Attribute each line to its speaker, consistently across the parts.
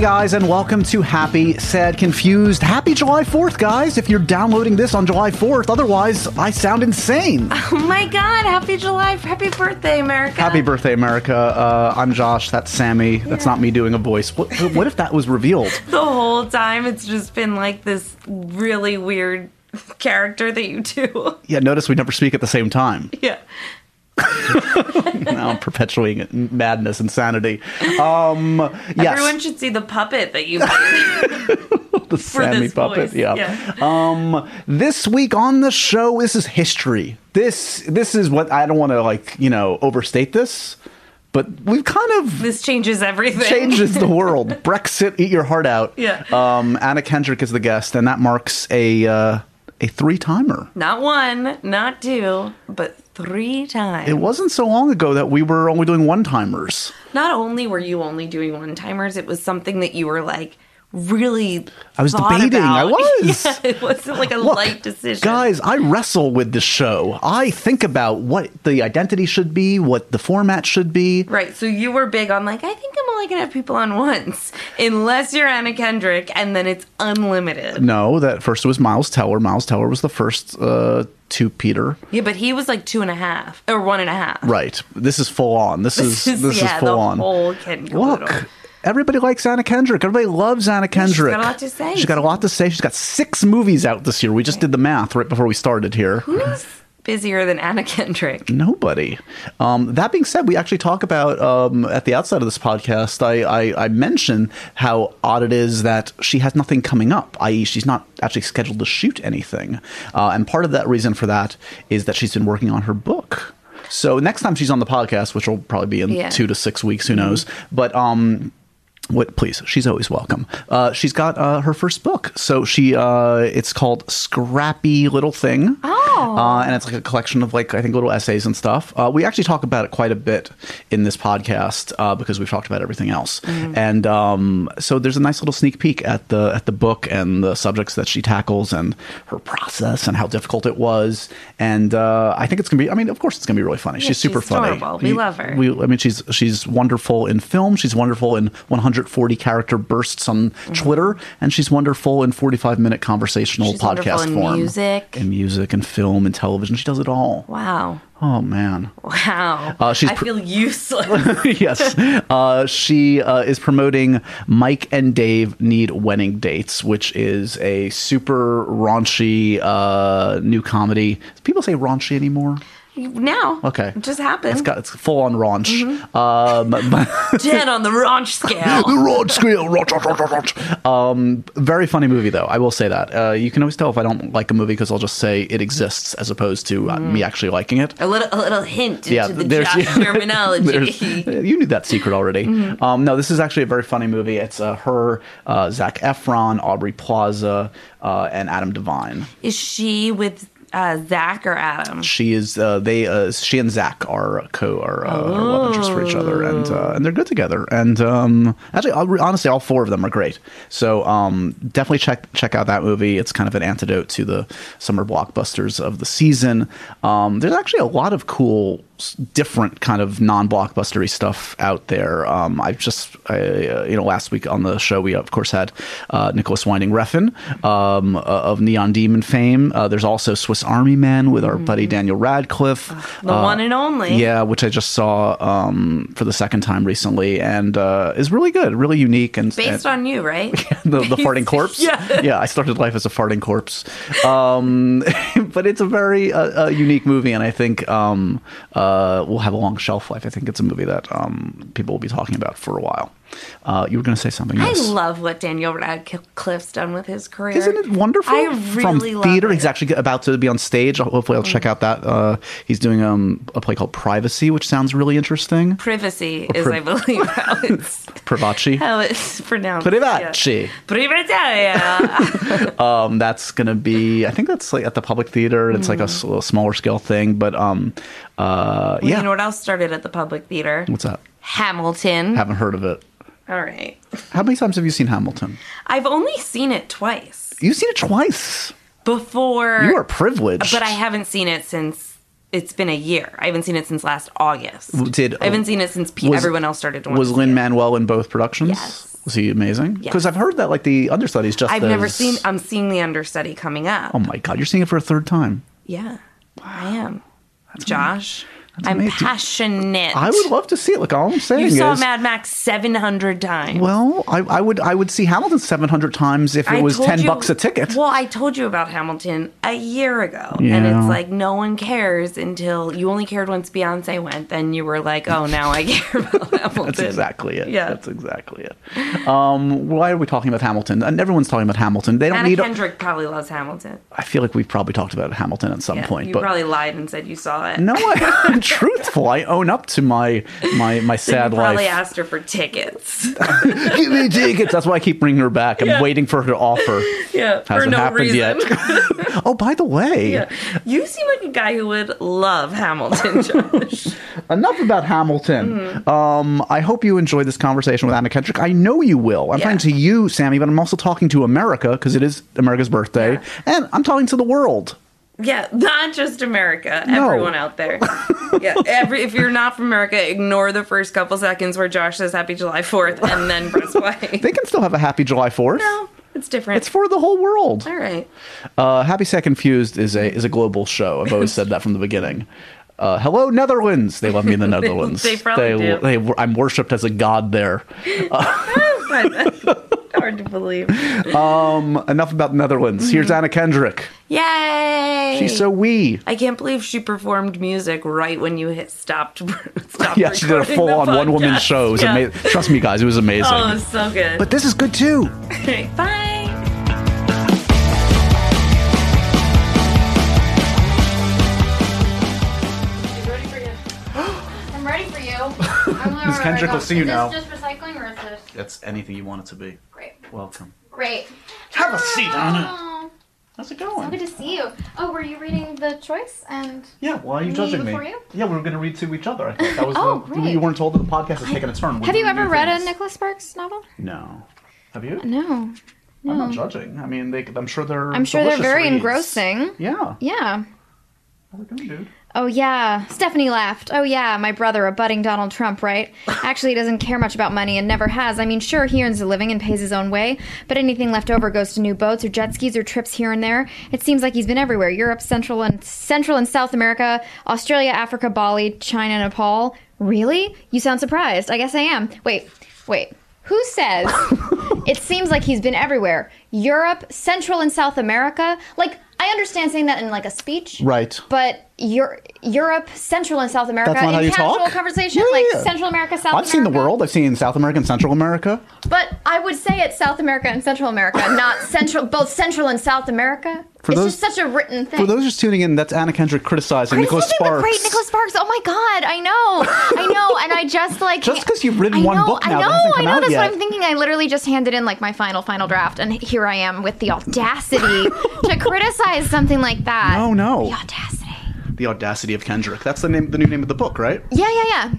Speaker 1: guys, and welcome to Happy, Sad, Confused. Happy July 4th, guys, if you're downloading this on July 4th. Otherwise, I sound insane.
Speaker 2: Oh my God! Happy July! Happy birthday, America!
Speaker 1: Happy birthday, America. Uh, I'm Josh. That's Sammy. That's not me doing a voice. What, what if that was revealed?
Speaker 2: The whole time, it's just been like this really weird character that you do.
Speaker 1: Yeah, notice we never speak at the same time.
Speaker 2: yeah.
Speaker 1: Now I'm perpetuating madness, insanity. Um, yes.
Speaker 2: Everyone should see the puppet that you made
Speaker 1: the
Speaker 2: for
Speaker 1: Sammy
Speaker 2: this
Speaker 1: puppet.
Speaker 2: voice.
Speaker 1: Yeah. Um, this week on the show, this is history. This this is what I don't want to like you know overstate this, but we've kind of
Speaker 2: This changes everything.
Speaker 1: changes the world. Brexit, eat your heart out.
Speaker 2: Yeah.
Speaker 1: Um, Anna Kendrick is the guest, and that marks a uh, a three timer.
Speaker 2: Not one, not two, but three times.
Speaker 1: It wasn't so long ago that we were only doing one timers.
Speaker 2: not only were you only doing one timers, it was something that you were like really.
Speaker 1: I was
Speaker 2: thought
Speaker 1: debating.
Speaker 2: About.
Speaker 1: I was.
Speaker 2: Yeah, it wasn't like a
Speaker 1: Look,
Speaker 2: light decision.
Speaker 1: Guys, I wrestle with the show. I think about what the identity should be, what the format should be.
Speaker 2: Right. So you were big on like, I think I'm only gonna have people on once, unless you're Anna Kendrick, and then it's unlimited.
Speaker 1: No, that first was Miles Teller. Miles Teller was the first uh, to Peter.
Speaker 2: Yeah, but he was like two and a half or one and a half.
Speaker 1: Right. This is full on. This is this
Speaker 2: yeah,
Speaker 1: is full
Speaker 2: the
Speaker 1: on.
Speaker 2: whole Ken
Speaker 1: Look, everybody likes Anna Kendrick. Everybody loves Anna Kendrick.
Speaker 2: got a lot to say.
Speaker 1: She's got a lot to say. She's got six movies out this year. We just did the math right before we started here.
Speaker 2: Who's busier than Anna Kendrick?
Speaker 1: Nobody. Um, that being said, we actually talk about um, at the outset of this podcast. I, I I mention how odd it is that she has nothing coming up, i.e., she's not actually scheduled to shoot anything. Uh, and part of that reason for that is that she's been working on her book. So next time she's on the podcast, which will probably be in
Speaker 2: Yeah. Mm-hmm.
Speaker 1: two to six weeks, who knows? But um, what? Please, she's always welcome. Uh, she's got uh, her first book, so she uh, it's called Scrappy Little Thing.
Speaker 2: Oh.
Speaker 1: Uh, and it's like a collection of like I think little essays and stuff. Uh, we actually talk about it quite a bit in this podcast uh, because we've talked about everything else.
Speaker 2: Mm.
Speaker 1: And um, so there's a nice little sneak peek at the at the book and the subjects that she tackles and her process and how difficult it was. And uh, I think it's gonna be. I mean, of course, it's gonna be really funny. she's super
Speaker 2: she's
Speaker 1: funny.
Speaker 2: adorable. We love her.
Speaker 1: We, I mean, she's she's wonderful in film. She's wonderful in 140 character bursts on Twitter, and she's wonderful in 45 minute conversational
Speaker 2: She's
Speaker 1: podcast
Speaker 2: wonderful in
Speaker 1: form
Speaker 2: music.
Speaker 1: in music and film and television. She does it all.
Speaker 2: Wow.
Speaker 1: Oh man.
Speaker 2: Wow.
Speaker 1: Uh, she's
Speaker 2: I
Speaker 1: pr-
Speaker 2: feel useless.
Speaker 1: yes. Uh, she uh, is promoting Mike and Dave Need Wedding Dates, which is a super raunchy uh, new comedy. Do people say raunchy anymore?
Speaker 2: now.
Speaker 1: Okay.
Speaker 2: It just happened. Mm-hmm.
Speaker 1: It's got it's full on raunch. Um, but-
Speaker 2: 10 on the raunch
Speaker 1: the
Speaker 2: scale.
Speaker 1: raunch scale. Raunch, raunch, raunch, raunch, raunch. Um, very funny movie though. I will say that. Uh, you can always tell if I don't like a movie because I'll just say it exists as opposed to uh, me actually liking it.
Speaker 2: A little, a little hint
Speaker 1: Yeah,
Speaker 2: into the
Speaker 1: there's-
Speaker 2: Josh
Speaker 1: There's-
Speaker 2: terminology.
Speaker 1: you knew that secret already. Um, no, this is actually a very funny movie. It's uh, her, uh, Zach Efron, Aubrey Plaza, uh, and Adam Devine.
Speaker 2: Is she with uh, Zach or Adam?
Speaker 1: She is uh, they uh, she and Zach are co are, uh, are love interests for each other, and uh, and they're good together. And um, actually, I'll, honestly, all four of them are great. So um, definitely check check out that movie. It's kind of an antidote to the summer blockbusters of the season. Um, there's actually a lot of cool, s- different kind of non blockbustery stuff out there. Um, I just I, uh, you know last week on the show we of course had uh, Nicholas Winding Refn um, uh, of Neon Demon fame. Uh, there's also Swiss Army Man with our buddy Daniel Radcliffe.
Speaker 2: Mm-hmm. Ah,
Speaker 1: Uh,
Speaker 2: The one and only.
Speaker 1: Yeah, which I just saw um, for the second time recently, and uh, is really good, really unique, and
Speaker 2: Based on you, right?
Speaker 1: the, the farting corpse.
Speaker 2: Yeah.
Speaker 1: yeah. I started life as a farting corpse, um, but it's a very uh, uh, unique movie, and I think um, uh, will have a long shelf life. I think it's a movie that um, people will be talking about for a while. Uh, you were going to say something.
Speaker 2: I
Speaker 1: yes.
Speaker 2: love what Daniel Radcliffe's done with his career.
Speaker 1: Isn't it wonderful?
Speaker 2: I really
Speaker 1: From
Speaker 2: love
Speaker 1: theater,
Speaker 2: it. Mm.
Speaker 1: he's actually about to be on stage. I'll- Hopefully, I'll check out that. Uh, he's doing um, a play called Privacy, which sounds really interesting.
Speaker 2: Privacy is,
Speaker 1: Oh, pri-
Speaker 2: I believe, how it's,
Speaker 1: Privaci.
Speaker 2: how it's pronounced.
Speaker 1: Privaci.
Speaker 2: Yeah. Privacy. yeah.
Speaker 1: um, that's gonna be I think that's like at the Public Theater. It's
Speaker 2: Mm.
Speaker 1: like a s- little smaller scale thing, but um, uh, yeah.
Speaker 2: You know what else started at the Public Theater?
Speaker 1: What's that?
Speaker 2: Hamilton.
Speaker 1: Haven't heard of it.
Speaker 2: All right.
Speaker 1: How many times have you seen Hamilton?
Speaker 2: I've only seen it twice
Speaker 1: You've seen it twice.
Speaker 2: before.
Speaker 1: You are privileged.
Speaker 2: But I haven't seen it since it's been a year. I haven't seen it since last August.
Speaker 1: Did-
Speaker 2: I haven't seen it since pe-
Speaker 1: was-
Speaker 2: everyone else started to watch
Speaker 1: Was
Speaker 2: it.
Speaker 1: Lin Manuel in both productions?
Speaker 2: Yes.
Speaker 1: Was he amazing?
Speaker 2: Yes.
Speaker 1: Because I've heard that like the understudies just.
Speaker 2: I've never
Speaker 1: as-
Speaker 2: seen. uh, I'm seeing the understudy coming up.
Speaker 1: Oh my god, you're seeing it for a third time.
Speaker 2: Yeah, I am. Josh,
Speaker 1: That's
Speaker 2: I'm
Speaker 1: amazing.
Speaker 2: passionate.
Speaker 1: I would love to see it. Like all I'm saying
Speaker 2: You saw
Speaker 1: is,
Speaker 2: Mad Max 700 times.
Speaker 1: well, I, I would I would see Hamilton 700 times if it was
Speaker 2: told
Speaker 1: 10
Speaker 2: you-
Speaker 1: bucks a ticket.
Speaker 2: Well, I told you about Hamilton a year ago, and
Speaker 1: Yeah.
Speaker 2: it's like no one cares until you only cared once Beyonce went. Then you were like, oh, now I care about Hamilton.
Speaker 1: That's exactly it.
Speaker 2: Yeah.
Speaker 1: that's exactly it. Um, why are we talking about Hamilton? And everyone's talking about Hamilton. They don't
Speaker 2: Anna
Speaker 1: need.
Speaker 2: Kendrick probably loves Hamilton.
Speaker 1: I feel like we've probably talked about Hamilton at some
Speaker 2: Yeah,
Speaker 1: point,
Speaker 2: you
Speaker 1: but
Speaker 2: probably lied and said you saw it.
Speaker 1: no, I, am truthful. I own up to my my my
Speaker 2: you
Speaker 1: sad
Speaker 2: probably
Speaker 1: life.
Speaker 2: asked her for tickets.
Speaker 1: Give me tickets. That's why I keep bringing her back. I'm
Speaker 2: Yeah.
Speaker 1: waiting for her to offer.
Speaker 2: yeah, for
Speaker 1: Hasn't
Speaker 2: no
Speaker 1: happened
Speaker 2: reason.
Speaker 1: yet. oh, by the way,
Speaker 2: Yeah. You seem like a guy who would love Hamilton, Josh.
Speaker 1: enough about Hamilton.
Speaker 2: Mm-hmm.
Speaker 1: Um, I hope you enjoyed this conversation with Anna Kendrick. I know you will. I'm
Speaker 2: Yeah.
Speaker 1: talking to you, Sammy, but I'm also talking to America because it is America's birthday,
Speaker 2: Yeah.
Speaker 1: and I'm talking to the world.
Speaker 2: Yeah, not just America.
Speaker 1: No.
Speaker 2: Everyone out there. yeah, every if you're not from America, ignore the first couple seconds where Josh says Happy July Fourth and then press play.
Speaker 1: They can still have a happy July Fourth.
Speaker 2: no, it's different.
Speaker 1: It's for the whole world.
Speaker 2: All right.
Speaker 1: Uh, Happy Sack Confused is a is a global show. I've always said that from the beginning. Uh, hello Netherlands. They love me in the Netherlands.
Speaker 2: they probably do.
Speaker 1: they- I'm worshipped as a god there.
Speaker 2: Oh, uh, Hard to believe.
Speaker 1: Um, enough about Netherlands. Here's
Speaker 2: Mm-hmm.
Speaker 1: Anna Kendrick.
Speaker 2: Yay!
Speaker 1: She's so wee.
Speaker 2: I can't believe she performed music right when you hit stopped. stopped
Speaker 1: Yeah, she did a
Speaker 2: recording the
Speaker 1: full on one woman
Speaker 2: podcast.
Speaker 1: show. It was
Speaker 2: Yeah.
Speaker 1: ama- Trust me, guys, it was amazing.
Speaker 2: Oh, it was so good.
Speaker 1: but this is good too.
Speaker 2: Bye.
Speaker 3: She's ready for you. I'm ready for you. I'm gonna
Speaker 1: Miss Kendrick will see you
Speaker 3: is
Speaker 1: now.
Speaker 3: This just recycling or is this?
Speaker 1: That's anything you want it to be.
Speaker 3: Great.
Speaker 1: Welcome.
Speaker 3: Great.
Speaker 1: Have a seat, Anna.
Speaker 3: Oh,
Speaker 1: How's it
Speaker 3: so good
Speaker 1: going?
Speaker 3: to see you. Oh, were you reading the choice? And
Speaker 1: Yeah, why are you
Speaker 3: Me
Speaker 1: judging me?
Speaker 3: before you?
Speaker 1: Yeah, we were going to read to each other. I thought that was
Speaker 3: Oh,
Speaker 1: the,
Speaker 3: great.
Speaker 1: you weren't told that the podcast was taking a turn. We're
Speaker 3: have you
Speaker 1: doing
Speaker 3: ever
Speaker 1: new
Speaker 3: read
Speaker 1: things.
Speaker 3: a Nicholas Sparks novel?
Speaker 1: No. Have you?
Speaker 3: No.
Speaker 1: I'm not judging. I mean, they, I'm sure they're.
Speaker 3: I'm sure they're
Speaker 1: delicious
Speaker 3: very
Speaker 1: reads.
Speaker 3: engrossing.
Speaker 1: Yeah.
Speaker 3: Yeah.
Speaker 1: How's it going, dude?
Speaker 3: Oh yeah, Stephanie laughed. Oh yeah, my brother, a budding Donald Trump, right? Actually, he doesn't care much about money and never has. I mean, sure, he earns a living and pays his own way, but anything left over goes to new boats or jet skis or trips here and there. It seems like he's been everywhere: Europe, Central and Central and South America, Australia, Africa, Bali, China, Nepal. Really? You sound surprised. I guess I am. Wait, wait. Who says? it seems like he's been everywhere: Europe, Central and South America. Like I understand saying that in like a speech,
Speaker 1: Right.
Speaker 3: but Eur- Europe, Central and South America,
Speaker 1: That's not
Speaker 3: in
Speaker 1: how you
Speaker 3: casual
Speaker 1: talk?
Speaker 3: conversation,
Speaker 1: Yeah,
Speaker 3: like
Speaker 1: yeah.
Speaker 3: Central America, South
Speaker 1: I've
Speaker 3: America.
Speaker 1: seen the world. I've seen South America and Central America.
Speaker 3: But I would say it's South America and Central America, not Central, both Central and South America.
Speaker 1: For
Speaker 3: it's
Speaker 1: those-
Speaker 3: just such a written thing.
Speaker 1: For those just tuning in, that's Anna Kendrick criticizing Nicholas
Speaker 3: Criticizing the
Speaker 1: Sparks.
Speaker 3: Great Nicholas Sparks. Oh my God, I know, I know, and I just like
Speaker 1: Just
Speaker 3: can't-
Speaker 1: 'cause you've written
Speaker 3: I
Speaker 1: one
Speaker 3: know,
Speaker 1: book now,
Speaker 3: I
Speaker 1: that
Speaker 3: know,
Speaker 1: hasn't come
Speaker 3: I know.
Speaker 1: out
Speaker 3: That's
Speaker 1: yet.
Speaker 3: what I'm thinking. I literally just handed in like my final, final draft, and here I am with the audacity to criticize something like that.
Speaker 1: Oh no!
Speaker 3: the audacity.
Speaker 1: The audacity of Kendrick. That's the name, the new name of the book, right?
Speaker 3: Yeah, yeah,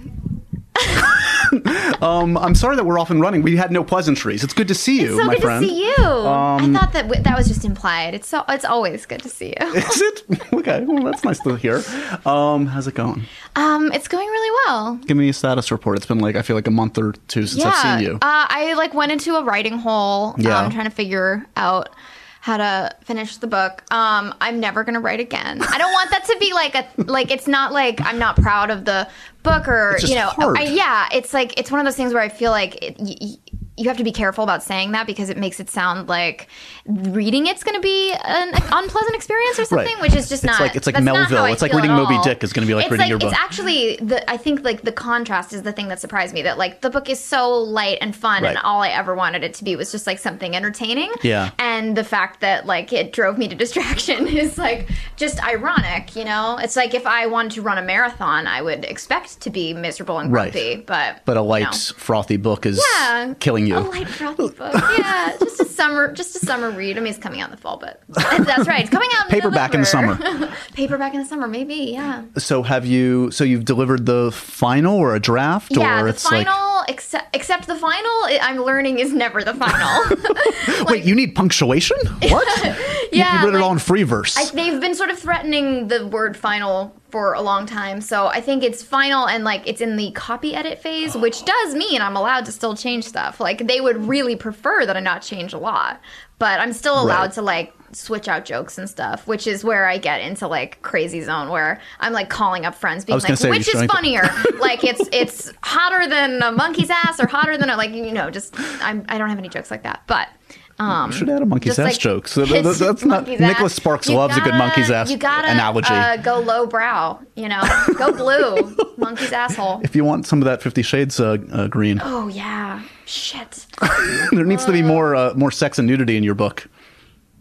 Speaker 3: yeah.
Speaker 1: Um, I'm sorry that we're off and running. We had no pleasantries. It's good to see you,
Speaker 3: so
Speaker 1: my
Speaker 3: good
Speaker 1: friend. Um,
Speaker 3: to see you. I thought that w- that was just implied. It's so it's always good to see you.
Speaker 1: Is it okay? Well, that's nice to hear. Um, how's it going?
Speaker 3: Um, it's going really well.
Speaker 1: Give me a status report. It's been like I feel like a month or two since I've seen you.
Speaker 3: Uh, I like went into a writing hole.
Speaker 1: Yeah.
Speaker 3: Um, trying to figure out how to finish the book. Um, I'm never gonna write again. I don't want that to be like a like. It's not like I'm not proud of the book or
Speaker 1: just
Speaker 3: you know.
Speaker 1: hard.
Speaker 3: I, yeah, it's like it's one of those things where I feel like it, y- y- you have to be careful about saying that because it makes it sound like reading it's going to be an unpleasant experience or something,
Speaker 1: Right.
Speaker 3: which is
Speaker 1: It's
Speaker 3: just not.
Speaker 1: like- it's like
Speaker 3: that's not how
Speaker 1: Melville.
Speaker 3: I
Speaker 1: It's like
Speaker 3: feel at
Speaker 1: reading Moby
Speaker 3: all.
Speaker 1: Dick is gonna be like
Speaker 3: It's
Speaker 1: reading your book.
Speaker 3: It's actually the I think like the contrast is the thing that surprised me that like the book is so light and fun and
Speaker 1: Right.
Speaker 3: all I ever wanted it to be was just like something entertaining.
Speaker 1: Yeah.
Speaker 3: And the fact that like it drove me to distraction is like just ironic, you know? It's like if I wanted to run a marathon, I would expect to be miserable and
Speaker 1: Right.
Speaker 3: grumpy, but
Speaker 1: but a light,
Speaker 3: no.
Speaker 1: frothy book is
Speaker 3: Yeah.
Speaker 1: killing you.
Speaker 3: A light frothy book. Yeah, just a summer, just a summer read. I mean, it's coming out in the fall, but that's right. It's coming out in
Speaker 1: Paperback in the
Speaker 3: November.
Speaker 1: summer.
Speaker 3: Paperback in the summer, maybe. Yeah.
Speaker 1: So have you? So you've delivered the final or a draft,
Speaker 3: yeah.
Speaker 1: or
Speaker 3: The
Speaker 1: it's like
Speaker 3: final, except except the final, I- I'm learning is never the final.
Speaker 1: wait, you need punctuation? What? you
Speaker 3: Yeah,
Speaker 1: put it
Speaker 3: like-
Speaker 1: all in free verse.
Speaker 3: I, they've been sort of threatening the word final for a long time, so I think it's final and like it's in the copy edit phase, which does mean I'm allowed to still change stuff. Like they would really prefer that I not change a lot, but I'm still allowed
Speaker 1: Right.
Speaker 3: to like switch out jokes and stuff, which is where I get into like crazy zone where I'm like calling up friends being
Speaker 1: was gonna
Speaker 3: like,
Speaker 1: say,
Speaker 3: which
Speaker 1: you're showing-
Speaker 3: is funnier? like it's it's hotter than a monkey's ass or hotter than a like you know just I'm, I don't have any jokes like that, but. Um,
Speaker 1: should add a monkey's
Speaker 3: just
Speaker 1: ass
Speaker 3: like
Speaker 1: joke. So th- th-
Speaker 3: kids
Speaker 1: that's not
Speaker 3: monkey's ass.
Speaker 1: Nicholas Sparks
Speaker 3: You
Speaker 1: loves a good
Speaker 3: gotta-
Speaker 1: monkey's ass
Speaker 3: You gotta
Speaker 1: analogy.
Speaker 3: Uh, go low brow, you know, go blue, monkey's asshole.
Speaker 1: if you want some of that Fifty Shades uh, uh, green,
Speaker 3: Oh yeah, shit.
Speaker 1: there needs to be more uh, more sex and nudity in your book.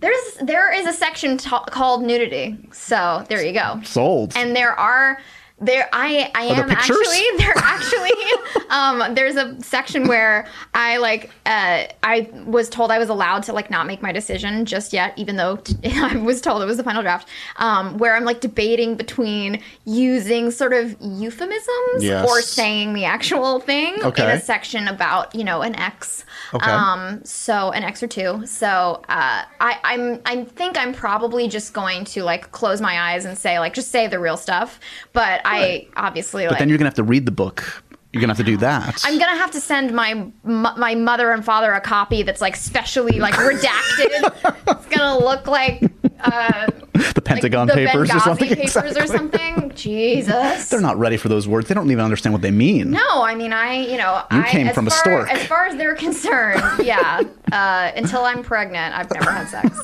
Speaker 3: There's there is a section ta called nudity, so there you go.
Speaker 1: Sold.
Speaker 3: And there are there I I
Speaker 1: there
Speaker 3: am
Speaker 1: pictures?
Speaker 3: actually there actually um there's a section where I like uh I was told I was allowed to like not make my decision just yet even though t- I was told it was the final draft um where I'm like debating between using sort of euphemisms
Speaker 1: Yes.
Speaker 3: or saying the actual thing in
Speaker 1: Okay.
Speaker 3: a section about you know an ex
Speaker 1: Okay.
Speaker 3: um so an ex or two so uh i i'm i think i'm probably just going to like close my eyes and say like just say the real stuff but
Speaker 1: Right.
Speaker 3: i obviously
Speaker 1: but
Speaker 3: like
Speaker 1: then you're gonna have to read the book. You're gonna have to do that.
Speaker 3: I'm gonna have to send my m- my mother and father a copy that's like specially like redacted. it's gonna look like uh,
Speaker 1: the Pentagon
Speaker 3: the
Speaker 1: papers
Speaker 3: Benghazi
Speaker 1: or something.
Speaker 3: papers
Speaker 1: Exactly.
Speaker 3: or something. Jesus,
Speaker 1: They're not ready for those words. They don't even understand what they mean.
Speaker 3: No, I mean I, you know,
Speaker 1: You
Speaker 3: I,
Speaker 1: came
Speaker 3: as
Speaker 1: from a
Speaker 3: far,
Speaker 1: stork.
Speaker 3: As far as they're concerned, yeah. Uh, until I'm pregnant, I've never had sex.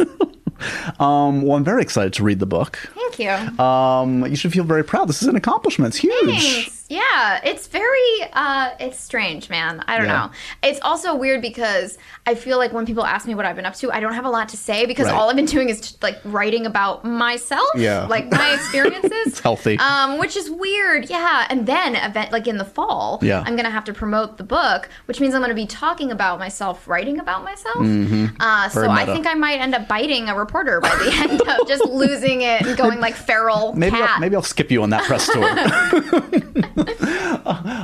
Speaker 1: Um, well, I'm very excited to read the book.
Speaker 3: Thank you.
Speaker 1: Um, you should feel very proud. This is an accomplishment. It's huge.
Speaker 3: Thanks. Yeah, it's very uh it's strange, man. I don't
Speaker 1: Yeah.
Speaker 3: know. It's also weird because I feel like when people ask me what I've been up to, I don't have a lot to say because
Speaker 1: Right.
Speaker 3: all I've been doing is like writing about myself,
Speaker 1: Yeah.
Speaker 3: like my experiences. it's
Speaker 1: healthy.
Speaker 3: Um which is weird. Yeah, and then event like in the fall,
Speaker 1: Yeah.
Speaker 3: I'm going to have to promote the book, which means I'm going to be talking about myself, writing about myself. Uh so
Speaker 1: Mm-hmm. Very
Speaker 3: I
Speaker 1: meta.
Speaker 3: think I might end up biting a reporter by the end of just losing it and going like feral
Speaker 1: Maybe I'll,
Speaker 3: cat.
Speaker 1: maybe I'll skip you on that press tour. I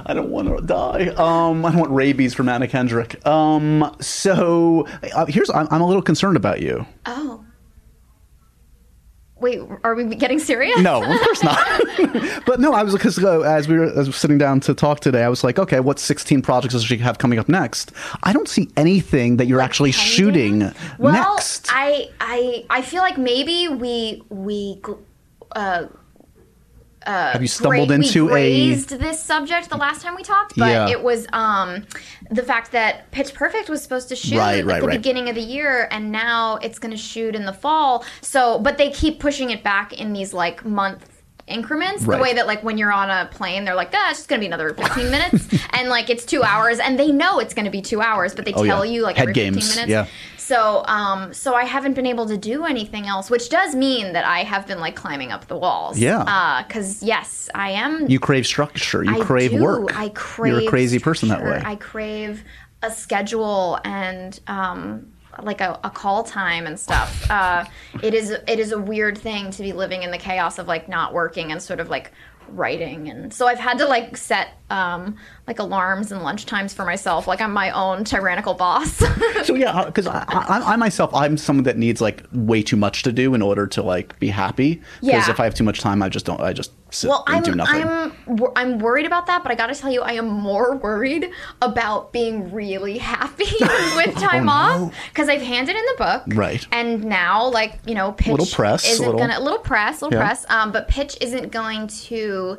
Speaker 1: don't want to die. Um, I don't want rabies from Anna Kendrick. Um, so uh, here's I'm, I'm a little concerned about you.
Speaker 3: Oh. Wait, are we getting serious?
Speaker 1: No, of course not. but no, I was because uh, as we were as we were sitting down to talk today, I was like, okay, what 16 projects does she have coming up next? I don't see anything that you're actually
Speaker 3: pending?
Speaker 1: shooting
Speaker 3: Well,
Speaker 1: next.
Speaker 3: I I I feel like maybe we we gl- uh
Speaker 1: have you stumbled
Speaker 3: gra-
Speaker 1: into
Speaker 3: we
Speaker 1: a
Speaker 3: raised this subject the last time we talked, but
Speaker 1: Yeah.
Speaker 3: it was um the fact that Pitch Perfect was supposed to shoot
Speaker 1: Right,
Speaker 3: at
Speaker 1: right,
Speaker 3: the
Speaker 1: right.
Speaker 3: beginning of the year, and now it's going to shoot in the fall. So, but they keep pushing it back in these like month increments
Speaker 1: Right.
Speaker 3: the way that like when you're on a plane they're like ah it's just gonna be another 15 minutes and like it's two hours and they know it's gonna be two hours but they
Speaker 1: Oh, yeah.
Speaker 3: tell you like
Speaker 1: Head
Speaker 3: every
Speaker 1: games,
Speaker 3: 15 minutes
Speaker 1: yeah.
Speaker 3: so um so i haven't been able to do anything else which does mean that i have been like climbing up the walls Uh,
Speaker 1: Yeah.
Speaker 3: because yes i am
Speaker 1: you crave structure, you
Speaker 3: I
Speaker 1: crave
Speaker 3: do.
Speaker 1: work.
Speaker 3: I crave.
Speaker 1: You're a crazy person that way.
Speaker 3: structure. I crave a schedule and um, like a, a call time and stuff. Uh, it is it is a weird thing to be living in the chaos of like not working and sort of like writing and so I've had to like set um, like alarms and lunch times for myself. Like I'm my own tyrannical boss.
Speaker 1: so yeah, because I, I, I myself, I'm someone that needs like way too much to do in order to like be happy. Because
Speaker 3: Yeah.
Speaker 1: if I have too much time, I just don't. I just sit
Speaker 3: Well,
Speaker 1: and
Speaker 3: I'm
Speaker 1: do nothing.
Speaker 3: I'm wor- I'm worried about that, but I got to tell you, I am more worried about being really happy with time off because I've handed in the book,
Speaker 1: Oh, Right.
Speaker 3: And now, like you know, pitch
Speaker 1: Little press,
Speaker 3: isn't
Speaker 1: little-
Speaker 3: gonna little press, little
Speaker 1: Yeah.
Speaker 3: press. Um, but pitch isn't going to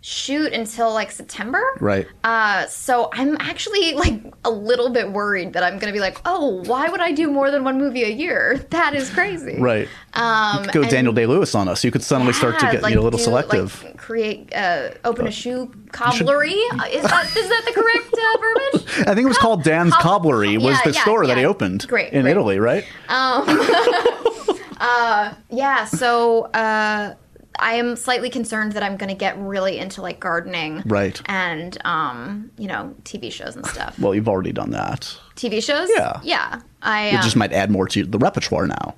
Speaker 3: shoot until like September,
Speaker 1: Right.
Speaker 3: Uh, so I'm actually like a little bit worried that I'm gonna be like, oh, why would I do more than one movie a year? That is crazy,
Speaker 1: Right.
Speaker 3: Um,
Speaker 1: You could go
Speaker 3: and-
Speaker 1: Daniel Day Lewis on us. You could suddenly start to
Speaker 3: yeah,
Speaker 1: get
Speaker 3: like,
Speaker 1: you know, a little
Speaker 3: do,
Speaker 1: selective. Oh.
Speaker 3: Like, create, uh, open a shoe cobblery. Uh, is that is that the correct uh, verbiage?
Speaker 1: I think it was called Dan's
Speaker 3: Cob-
Speaker 1: Cobblery was
Speaker 3: yeah,
Speaker 1: the
Speaker 3: yeah,
Speaker 1: store that
Speaker 3: yeah.
Speaker 1: he opened
Speaker 3: Great,
Speaker 1: in
Speaker 3: great.
Speaker 1: Italy, right?
Speaker 3: Yeah. So uh, I am slightly concerned that I'm going to get really into like gardening,
Speaker 1: Right.
Speaker 3: And um, you know, TV shows and stuff.
Speaker 1: Well, you've already done that.
Speaker 3: TV shows.
Speaker 1: Yeah.
Speaker 3: Yeah. I
Speaker 1: It just
Speaker 3: um,
Speaker 1: might add more to the repertoire now.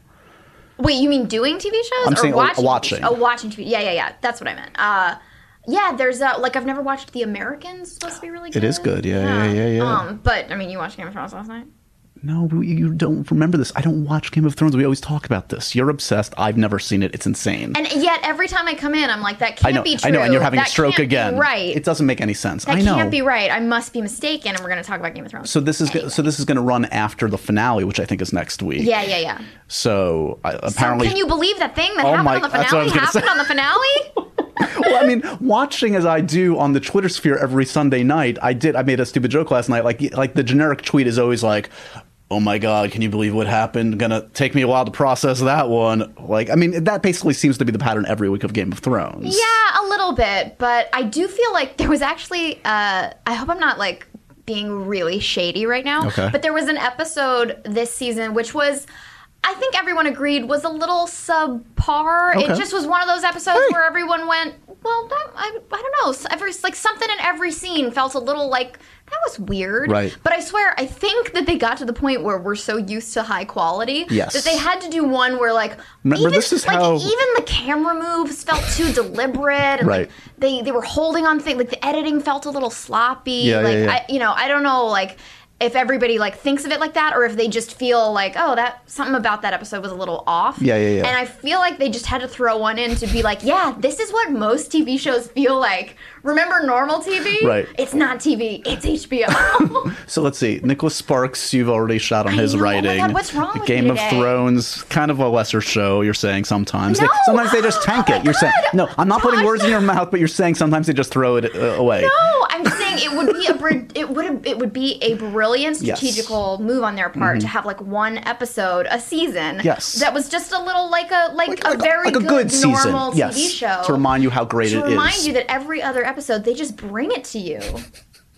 Speaker 3: Wait, you mean doing TV shows
Speaker 1: I'm
Speaker 3: or
Speaker 1: saying, oh,
Speaker 3: watching? TV
Speaker 1: watching.
Speaker 3: Oh, watching TV. Yeah, yeah, yeah. That's what I meant. Uh, yeah, there's a, like I've never watched The Americans. It's supposed to be really good.
Speaker 1: is good. Yeah, yeah, yeah, yeah.
Speaker 3: Um, but I mean, you watched Game of Thrones last night?
Speaker 1: No, you don't remember this. I don't watch Game of Thrones. We always talk about this. You're obsessed. I've never seen it. It's insane.
Speaker 3: And yet, every time I come in, I'm like, that can't
Speaker 1: I know.
Speaker 3: be true.
Speaker 1: I know. And you're having
Speaker 3: That
Speaker 1: a stroke
Speaker 3: can't be
Speaker 1: again.
Speaker 3: right.
Speaker 1: It doesn't make any sense.
Speaker 3: that
Speaker 1: I know.
Speaker 3: can't be right. I must be mistaken. And we're going to talk about Game of Thrones.
Speaker 1: So this is go- so this is going to run after the finale, which I think is next week.
Speaker 3: yeah, yeah, yeah.
Speaker 1: So I,
Speaker 3: So
Speaker 1: apparently,
Speaker 3: can you believe that thing that
Speaker 1: Oh
Speaker 3: happened
Speaker 1: my-
Speaker 3: on the
Speaker 1: that's what I
Speaker 3: finale
Speaker 1: was gonna
Speaker 3: happened
Speaker 1: say.
Speaker 3: on the finale?
Speaker 1: well, I mean, watching as I do on the Twitter sphere every Sunday night, I did. I made a stupid joke last night. Like, like the generic tweet is always like, "Oh my god, can you believe what happened? Gonna take me a while to process that one." Like, I mean, that basically seems to be the pattern every week of Game of Thrones.
Speaker 3: yeah, a little bit. But I do feel like there was actually, uh, I hope I'm not like being really shady right now.
Speaker 1: Okay.
Speaker 3: But there was an episode this season which was. I think everyone agreed was a little subpar. It
Speaker 1: Okay.
Speaker 3: just was one of those episodes
Speaker 1: Hey.
Speaker 3: where everyone went, "Well, that, I, I don't know." S- Every like something in every scene felt a little like that was weird.
Speaker 1: Right.
Speaker 3: But I swear, I think that they got to the point where we're so used to high quality
Speaker 1: Yes.
Speaker 3: that they had to do one where like
Speaker 1: Remember,
Speaker 3: even,
Speaker 1: this is
Speaker 3: like,
Speaker 1: how-
Speaker 3: even the camera moves felt too deliberate, and
Speaker 1: Right.
Speaker 3: like they they were holding on things. Like the editing felt a little sloppy.
Speaker 1: Yeah,
Speaker 3: like
Speaker 1: yeah, yeah.
Speaker 3: I, you know, I don't know, like if everybody like thinks of it like that, or if they just feel like, oh, that something about that episode was a little off.
Speaker 1: Yeah, yeah, yeah.
Speaker 3: And I feel like they just had to throw one in to be like, yeah, this is what most TV shows feel like. Remember normal TV?
Speaker 1: Right.
Speaker 3: It's not TV. It's HBO.
Speaker 1: So let's see. Nicholas Sparks, you've already shot on his
Speaker 3: know. Oh my
Speaker 1: writing.
Speaker 3: God, what's wrong with
Speaker 1: Game
Speaker 3: me
Speaker 1: of
Speaker 3: today?
Speaker 1: Thrones, kind of a lesser show, you're saying sometimes. They-
Speaker 3: No!
Speaker 1: sometimes they just tank
Speaker 3: Oh my
Speaker 1: it. You're saying,
Speaker 3: God!
Speaker 1: no, I'm not putting
Speaker 3: Josh!
Speaker 1: words in your mouth, but you're saying sometimes they just throw it uh, away.
Speaker 3: No, I'm saying it would be a br- it would it would be a brilliant
Speaker 1: Yes. Mm-hmm.
Speaker 3: strategical move on their part to have like one episode a season.
Speaker 1: Yes.
Speaker 3: that was just a little like a like,
Speaker 1: Like-
Speaker 3: a
Speaker 1: like
Speaker 3: very
Speaker 1: like a
Speaker 3: good,
Speaker 1: good season.
Speaker 3: normal
Speaker 1: yes.
Speaker 3: TV show
Speaker 1: To remind you how great
Speaker 3: to
Speaker 1: it is.
Speaker 3: remind you that every other episode they just bring it to you.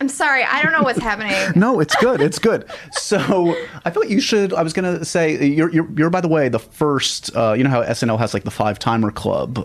Speaker 3: I'm sorry, I don't know what's happening.
Speaker 1: no, it's good. It's good. So I feel like you should. I was gonna say you're you're, you're by the way the first. Uh, you know how SNL has like the five timer club uh,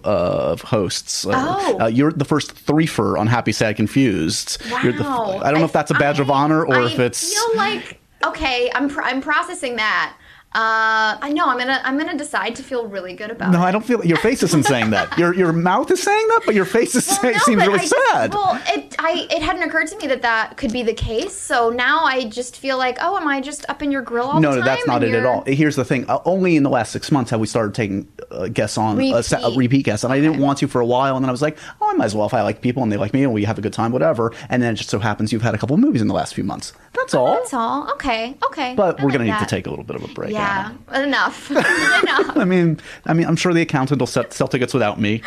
Speaker 1: of hosts. Uh,
Speaker 3: Oh.
Speaker 1: uh, you're the first threefer on Happy Sad Confused. You're the,
Speaker 3: Wow.
Speaker 1: I don't know if that's a badge of
Speaker 3: I-
Speaker 1: honor or
Speaker 3: I
Speaker 1: if it's.
Speaker 3: feel like okay, I'm pr- I'm processing that. Uh, I know I'm gonna I'm gonna decide to feel really good about it.
Speaker 1: No, I don't feel your face isn't saying that. Your your mouth is saying that, but your face is saying,
Speaker 3: no,
Speaker 1: seems
Speaker 3: but
Speaker 1: really
Speaker 3: I just-
Speaker 1: sad.
Speaker 3: well, it I it hadn't occurred to me that that could be the case. So now I just feel like, oh, am I just up in your grill all
Speaker 1: no,
Speaker 3: the
Speaker 1: no,
Speaker 3: time?
Speaker 1: that's not
Speaker 3: and
Speaker 1: it at
Speaker 3: you're-
Speaker 1: all. Here's the thing: uh, only in the last six months have we started taking uh, guests on a, set, a
Speaker 3: Repeat.
Speaker 1: repeat guest, and I didn't
Speaker 3: Okay.
Speaker 1: want to for a while. And then I was like, oh, I might as well if I like people and they like me and we have a good time, whatever. And then it just so happens you've had a couple of movies in the last few months. That's all.
Speaker 3: Oh, That's all. Okay, okay.
Speaker 1: But
Speaker 3: I
Speaker 1: we're
Speaker 3: like
Speaker 1: gonna need
Speaker 3: that.
Speaker 1: to take a little bit of a break.
Speaker 3: Yeah,
Speaker 1: Anna.
Speaker 3: enough. enough.
Speaker 1: I mean, I mean, I'm sure the accountant will sell, sell tickets without me.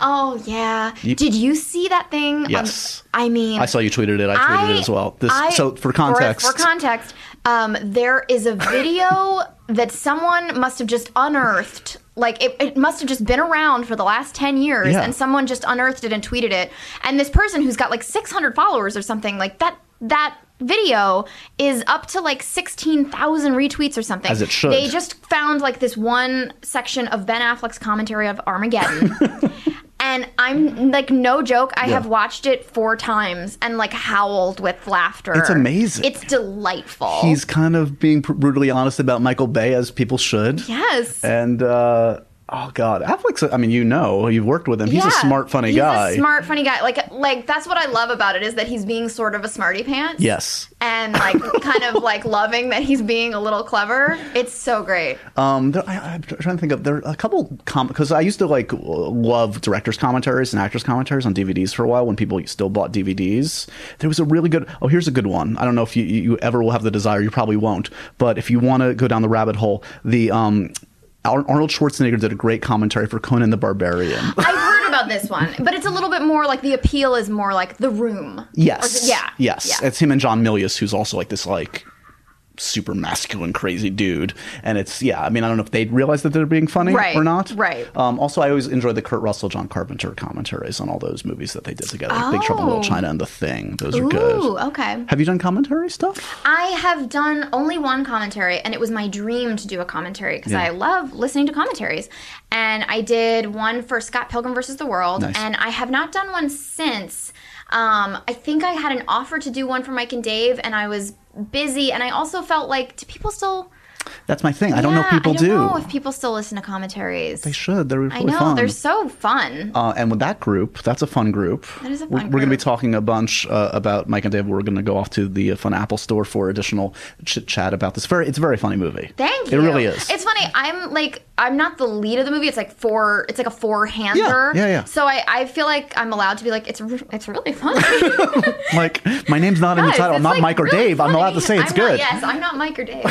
Speaker 3: Oh yeah. Did you see that thing? on-
Speaker 1: Yes.
Speaker 3: I mean,
Speaker 1: I saw you tweeted it. I tweeted it as well. This,
Speaker 3: I-
Speaker 1: so for context,
Speaker 3: For, context, um, there is a video that someone must have just unearthed. Like it, it must have just been around for the last ten years,
Speaker 1: Yeah.
Speaker 3: and someone just unearthed it and tweeted it. And this person who's got like six hundred followers or something like that. That video is up to like sixteen thousand retweets or something.
Speaker 1: As it should.
Speaker 3: They just found like this one section of Ben Affleck's commentary of Armageddon. And I'm like, no joke. I
Speaker 1: Yeah.
Speaker 3: have watched it four times and like howled with laughter.
Speaker 1: It's amazing.
Speaker 3: It's delightful.
Speaker 1: he's kind of being pr- brutally honest about Michael Bay as people should.
Speaker 3: yes.
Speaker 1: And uh, oh god, Affleck's. I mean, you know, you've worked with him. He's a
Speaker 3: Yeah.
Speaker 1: smart, funny
Speaker 3: He's a
Speaker 1: guy.
Speaker 3: smart, funny guy. Like, like that's what I love about it is that he's being sort of a smarty pants.
Speaker 1: Yes.
Speaker 3: And like, kind of like loving that he's being a little clever. It's so great.
Speaker 1: Um, there, I, I'm trying to think of there are a couple because I used to like w- love directors' commentaries and actors' commentaries on DVDs for a while when people still bought DVDs. There was a really good. Oh, here's a good one. I don't know if you, you ever will have the desire. You probably won't. But if you want to go down the rabbit hole, the um, Ar- Arnold Schwarzenegger did a great commentary for Conan the Barbarian.
Speaker 3: I've heard about this one, but it's a little bit more like the appeal is more like the room. Or
Speaker 1: Yes.
Speaker 3: the- yeah.
Speaker 1: Yes.
Speaker 3: Yeah.
Speaker 1: It's him and John Milius, who's also like this like super masculine, crazy dude. And it's yeah. I mean, I don't know if they realize that they're being funny
Speaker 3: Right,
Speaker 1: or not.
Speaker 3: right.
Speaker 1: Um, also, I always enjoy the Kurt Russell, John Carpenter commentaries on all those movies that they did together, like Big Trouble in Little
Speaker 3: Oh.
Speaker 1: China and The Thing. Those are
Speaker 3: Ooh.
Speaker 1: good.
Speaker 3: Okay.
Speaker 1: Have you done commentary stuff?
Speaker 3: I have done only one commentary, and it was my dream to do a commentary because
Speaker 1: Yeah.
Speaker 3: I love listening to commentaries. And I did one for Scott Pilgrim versus the World,
Speaker 1: Nice.
Speaker 3: and I have not done one since. Um, I think I had an offer to do one for Mike and Dave, and I was busy, and I also felt like, do people still?
Speaker 1: That's my thing. I don't know if
Speaker 3: Yeah,
Speaker 1: people
Speaker 3: I don't
Speaker 1: do.
Speaker 3: know if people still listen to commentaries.
Speaker 1: they should. They're really
Speaker 3: I know
Speaker 1: fun.
Speaker 3: they're so fun.
Speaker 1: Uh, and with that group, that's a fun group.
Speaker 3: That is a
Speaker 1: We're-
Speaker 3: fun
Speaker 1: We're, going to be
Speaker 3: group.
Speaker 1: talking a bunch uh, about Mike and Dave. We're going to go off to the uh, Fun Apple Store for additional chit chat about this. Very, it's a very funny movie.
Speaker 3: Thank
Speaker 1: It
Speaker 3: you.
Speaker 1: really is.
Speaker 3: It's funny. I'm like I'm not the lead of the movie. It's like four. It's like a four hander.
Speaker 1: Yeah, yeah, yeah.
Speaker 3: So I, I feel like I'm allowed to be like it's re- it's really funny.
Speaker 1: like my name's not in the
Speaker 3: Guys,
Speaker 1: title. I'm
Speaker 3: it's,
Speaker 1: not
Speaker 3: like,
Speaker 1: Mike or
Speaker 3: really
Speaker 1: Dave. I'm allowed to
Speaker 3: funny.
Speaker 1: say it's
Speaker 3: I'm not-
Speaker 1: good.
Speaker 3: yes, I'm not Mike or Dave.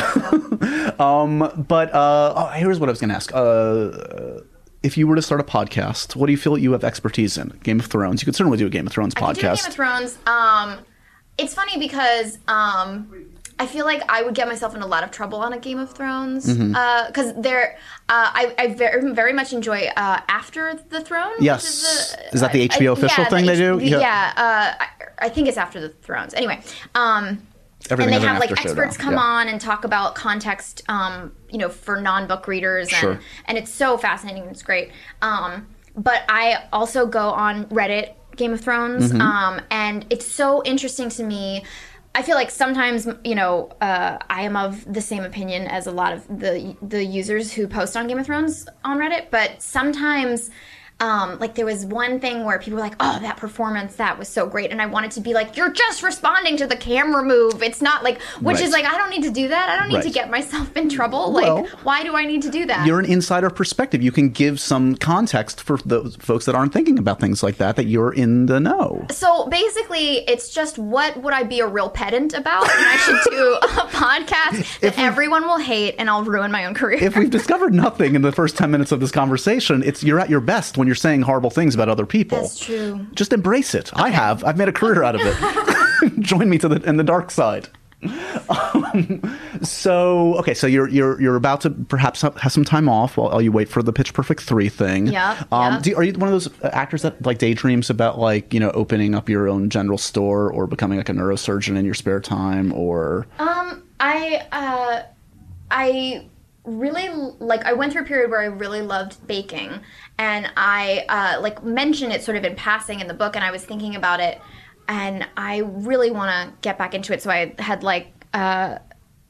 Speaker 3: so.
Speaker 1: But uh, oh, here's what I was going to ask. Uh, if you were to start a podcast, what do you feel you have expertise in? Game of Thrones. You could certainly do a Game of Thrones
Speaker 3: I do Game
Speaker 1: podcast.
Speaker 3: of Thrones. Um, it's funny because um, I feel like I would get myself in a lot of trouble on a Game of Thrones because
Speaker 1: Mm-hmm.
Speaker 3: there, uh, I, I very, very much enjoy uh, After the Throne. which uh,
Speaker 1: Yes. Is that the HBO official
Speaker 3: yeah,
Speaker 1: thing
Speaker 3: the
Speaker 1: they do?
Speaker 3: Yeah,
Speaker 1: Yeah.
Speaker 3: uh, I, I think it's After the Thrones. Anyway. Um,
Speaker 1: Everything
Speaker 3: and
Speaker 1: has
Speaker 3: they
Speaker 1: an
Speaker 3: have like
Speaker 1: after
Speaker 3: experts
Speaker 1: showdown.
Speaker 3: come
Speaker 1: Yeah.
Speaker 3: on and talk about context, um, you know, for non-book readers, and
Speaker 1: Sure.
Speaker 3: and it's so fascinating. It's great. Um, but I also go on Reddit Game of Thrones,
Speaker 1: Mm-hmm.
Speaker 3: um, and it's so interesting to me. I feel like sometimes, you know, uh, I am of the same opinion as a lot of the the users who post on Game of Thrones on Reddit, but sometimes. Um, like there was one thing where people were like, "Oh, that performance, that was so great," and I wanted to be like, "You're just responding to the camera move. It's not like," which is
Speaker 1: Right.
Speaker 3: like, I don't need to do that. I don't need to
Speaker 1: Right.
Speaker 3: get myself in trouble.
Speaker 1: Well-
Speaker 3: like, why do I need to do that?
Speaker 1: You're an insider perspective. You can give some context for those folks that aren't thinking about things like that. That you're in the know.
Speaker 3: so basically, it's just what would I be a real pedant about? And I should do a podcast that everyone will hate, and I'll ruin my own career.
Speaker 1: if we've discovered nothing in the first 10 minutes of this conversation, it's you're at your best when you're saying horrible things about other people.
Speaker 3: That's true.
Speaker 1: Just embrace it. I have. I've made a career out of it. Join me to the in the dark side. Um, so okay, so you're you're you're about to perhaps have have some time off while you wait for the Pitch Perfect three thing.
Speaker 3: Yep,
Speaker 1: Um,
Speaker 3: yep.
Speaker 1: Do you, are you one of those uh, actors that like daydreams about like you know opening up your own general store or becoming like a neurosurgeon in your spare time or
Speaker 3: Um, I uh, I really l- like. I went through a period where I really loved baking, and I uh, like mentioned it sort of in passing in the book, and I was thinking about it, and I really want to get back into it. So I had like uh,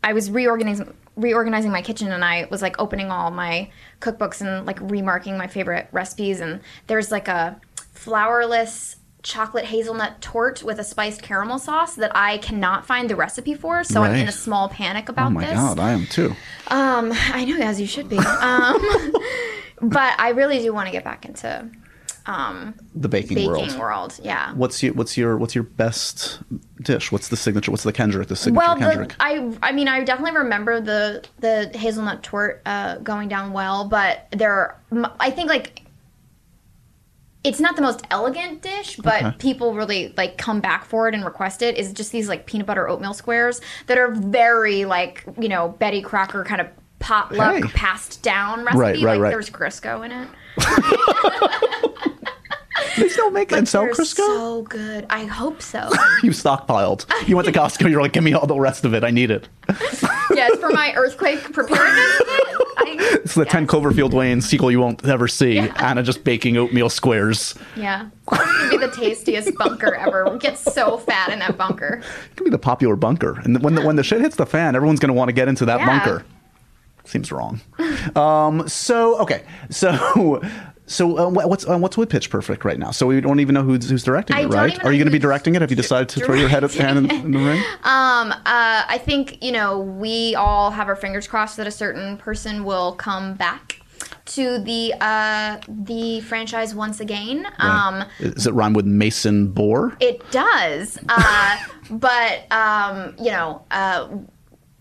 Speaker 3: I was reorganizing reorganizing my kitchen and I was like opening all my cookbooks and like remarking my favorite recipes and there's like a flourless chocolate hazelnut tort with a spiced caramel sauce that I cannot find the recipe for so I'm in
Speaker 1: Right.
Speaker 3: a small panic about
Speaker 1: oh my
Speaker 3: this.
Speaker 1: god, I am too.
Speaker 3: Um I know as you should be. Um but I really do want to get back into
Speaker 1: The baking,
Speaker 3: baking
Speaker 1: world.
Speaker 3: world. Yeah.
Speaker 1: What's your what's your what's your best dish? What's the signature? What's the Kendrick? The signature
Speaker 3: Well,
Speaker 1: Kendrick.
Speaker 3: the, I I mean I definitely remember the the hazelnut tort uh, going down well, but there are, m- I think like it's not the most elegant dish, but
Speaker 1: Okay.
Speaker 3: people really like come back for it and request it. Is just these like peanut butter oatmeal squares that are very like you know Betty Crocker kind of potluck
Speaker 1: Hey.
Speaker 3: passed down recipe.
Speaker 1: Right, right,
Speaker 3: like
Speaker 1: right.
Speaker 3: there's Crisco in it.
Speaker 1: they still make and sell
Speaker 3: They're
Speaker 1: Crisco.
Speaker 3: so good. I hope so.
Speaker 1: you stockpiled. You went to Costco. You're like, give me all the rest of it. I need it.
Speaker 3: yes, for my earthquake preparedness. kit, I,
Speaker 1: It's the Ten Cloverfield Lane sequel you won't ever see.
Speaker 3: Yeah.
Speaker 1: Anna just baking oatmeal squares.
Speaker 3: Yeah. It's gonna be the tastiest bunker ever. We get so fat in that bunker.
Speaker 1: It could be the popular bunker. And when the, when the shit hits the fan, everyone's going to want to get into that
Speaker 3: Yeah.
Speaker 1: bunker. Seems wrong. Um, so okay, so. So uh, wha- what's uh, what's with Pitch Perfect right now? So we don't even know who's, who's directing
Speaker 3: I
Speaker 1: it,
Speaker 3: don't
Speaker 1: right?
Speaker 3: even
Speaker 1: Are
Speaker 3: know
Speaker 1: you going to be
Speaker 3: who's
Speaker 1: directing it? Have you decided to throw your head at hand in, in the ring?
Speaker 3: Um, uh, I think, you know, we all have our fingers crossed that a certain person will come back to the uh, the franchise once again. Um,
Speaker 1: Is it rhyme with Mason Boar?
Speaker 3: It does, uh, but um, you know, uh,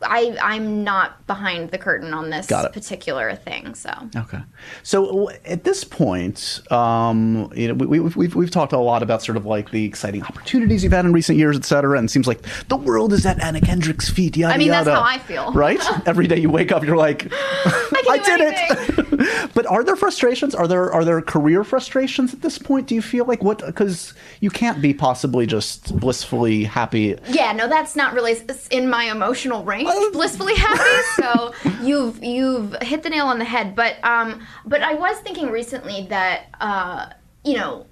Speaker 3: I I'm not behind the curtain on this
Speaker 1: Got it. Uh-huh.
Speaker 3: particular thing. So
Speaker 1: Okay. So w- at this point, um, you know, we, we, we've, we've talked a lot about sort of like the exciting opportunities you've had in recent years, et cetera. And it seems like the world is at Anna Kendrick's feet. Yada,
Speaker 3: I mean, that's
Speaker 1: yada.
Speaker 3: how I feel.
Speaker 1: Right? Every day you wake up, you're like, I,
Speaker 3: can do
Speaker 1: did
Speaker 3: anything.
Speaker 1: it. but are there frustrations? Are there are there career frustrations at this point? Do you feel like what? Because you can't be possibly just blissfully happy.
Speaker 3: Yeah, no, that's not really s- in my emotional range.
Speaker 1: Oh.
Speaker 3: Blissfully happy. So you've you've hit the nail on the head. But um, but I was thinking recently that uh, you know,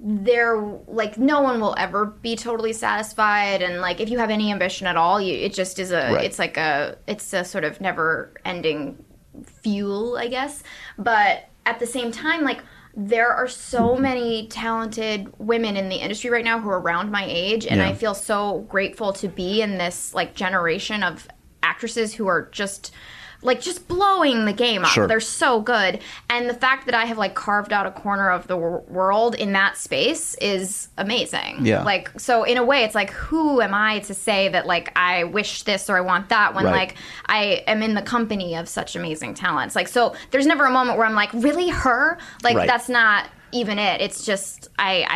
Speaker 3: there like no one will ever be totally satisfied and like if you have any ambition at all you it just is a
Speaker 1: Right.
Speaker 3: it's like a it's a sort of never ending fuel i guess but at the same time like there are so
Speaker 1: Mm-hmm.
Speaker 3: many talented women in the industry right now who are around my age and
Speaker 1: Yeah.
Speaker 3: i feel so grateful to be in this like generation of actresses who are just like just blowing the game up
Speaker 1: Sure.
Speaker 3: they're so good and the fact that i have like carved out a corner of the wor- world in that space is amazing
Speaker 1: Yeah.
Speaker 3: like so in a way it's like who am i to say that like i wish this or i want that when
Speaker 1: Right.
Speaker 3: like i am in the company of such amazing talents like so there's never a moment where i'm like really her like
Speaker 1: Right.
Speaker 3: that's not even it it's just i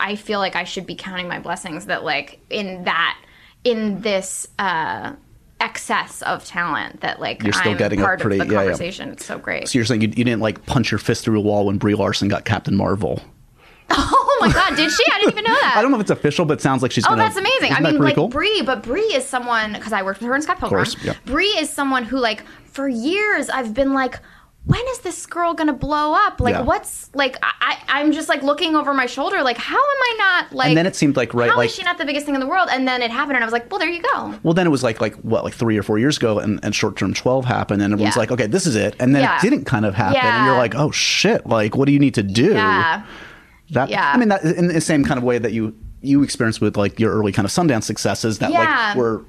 Speaker 3: i i feel like i should be counting my blessings that like in that in this uh excess of talent that like
Speaker 1: You're still
Speaker 3: i'm
Speaker 1: getting a
Speaker 3: part
Speaker 1: pretty-
Speaker 3: of the
Speaker 1: yeah, yeah.
Speaker 3: conversation it's so great
Speaker 1: So you're saying you, you didn't like punch your fist through a wall when Brie Larson got Captain Marvel?
Speaker 3: oh my god did she i didn't even know that
Speaker 1: I don't know if it's official, but it sounds like she's.
Speaker 3: Oh,
Speaker 1: gonna,
Speaker 3: that's
Speaker 1: uh,
Speaker 3: amazing. I
Speaker 1: Isn't that
Speaker 3: mean,
Speaker 1: pretty
Speaker 3: like
Speaker 1: cool?
Speaker 3: Brie, but Brie is someone because I worked with her in Scott Pilgrim.
Speaker 1: course, yeah.
Speaker 3: Brie is someone who, like, for years I've been like, when is this girl gonna blow up? Like,
Speaker 1: Yeah.
Speaker 3: what's like? I, I I'm just like looking over my shoulder, like, how am I not like?
Speaker 1: and then it seemed like right,
Speaker 3: how is
Speaker 1: like
Speaker 3: she not the biggest thing in the world? And then it happened, and I was like, well, there you go.
Speaker 1: Well, then it was like like what like three or four years ago, and, and short term twelve happened, and everyone's
Speaker 3: Yeah.
Speaker 1: like, okay, this is it, and then
Speaker 3: Yeah.
Speaker 1: it didn't kind of happen, and you're
Speaker 3: Yeah.
Speaker 1: like, oh shit, like what do you need to do?
Speaker 3: Yeah.
Speaker 1: That
Speaker 3: Yeah.
Speaker 1: I mean, that in the same kind of way that you you experienced with like your early kind of Sundance successes that
Speaker 3: Yeah.
Speaker 1: like were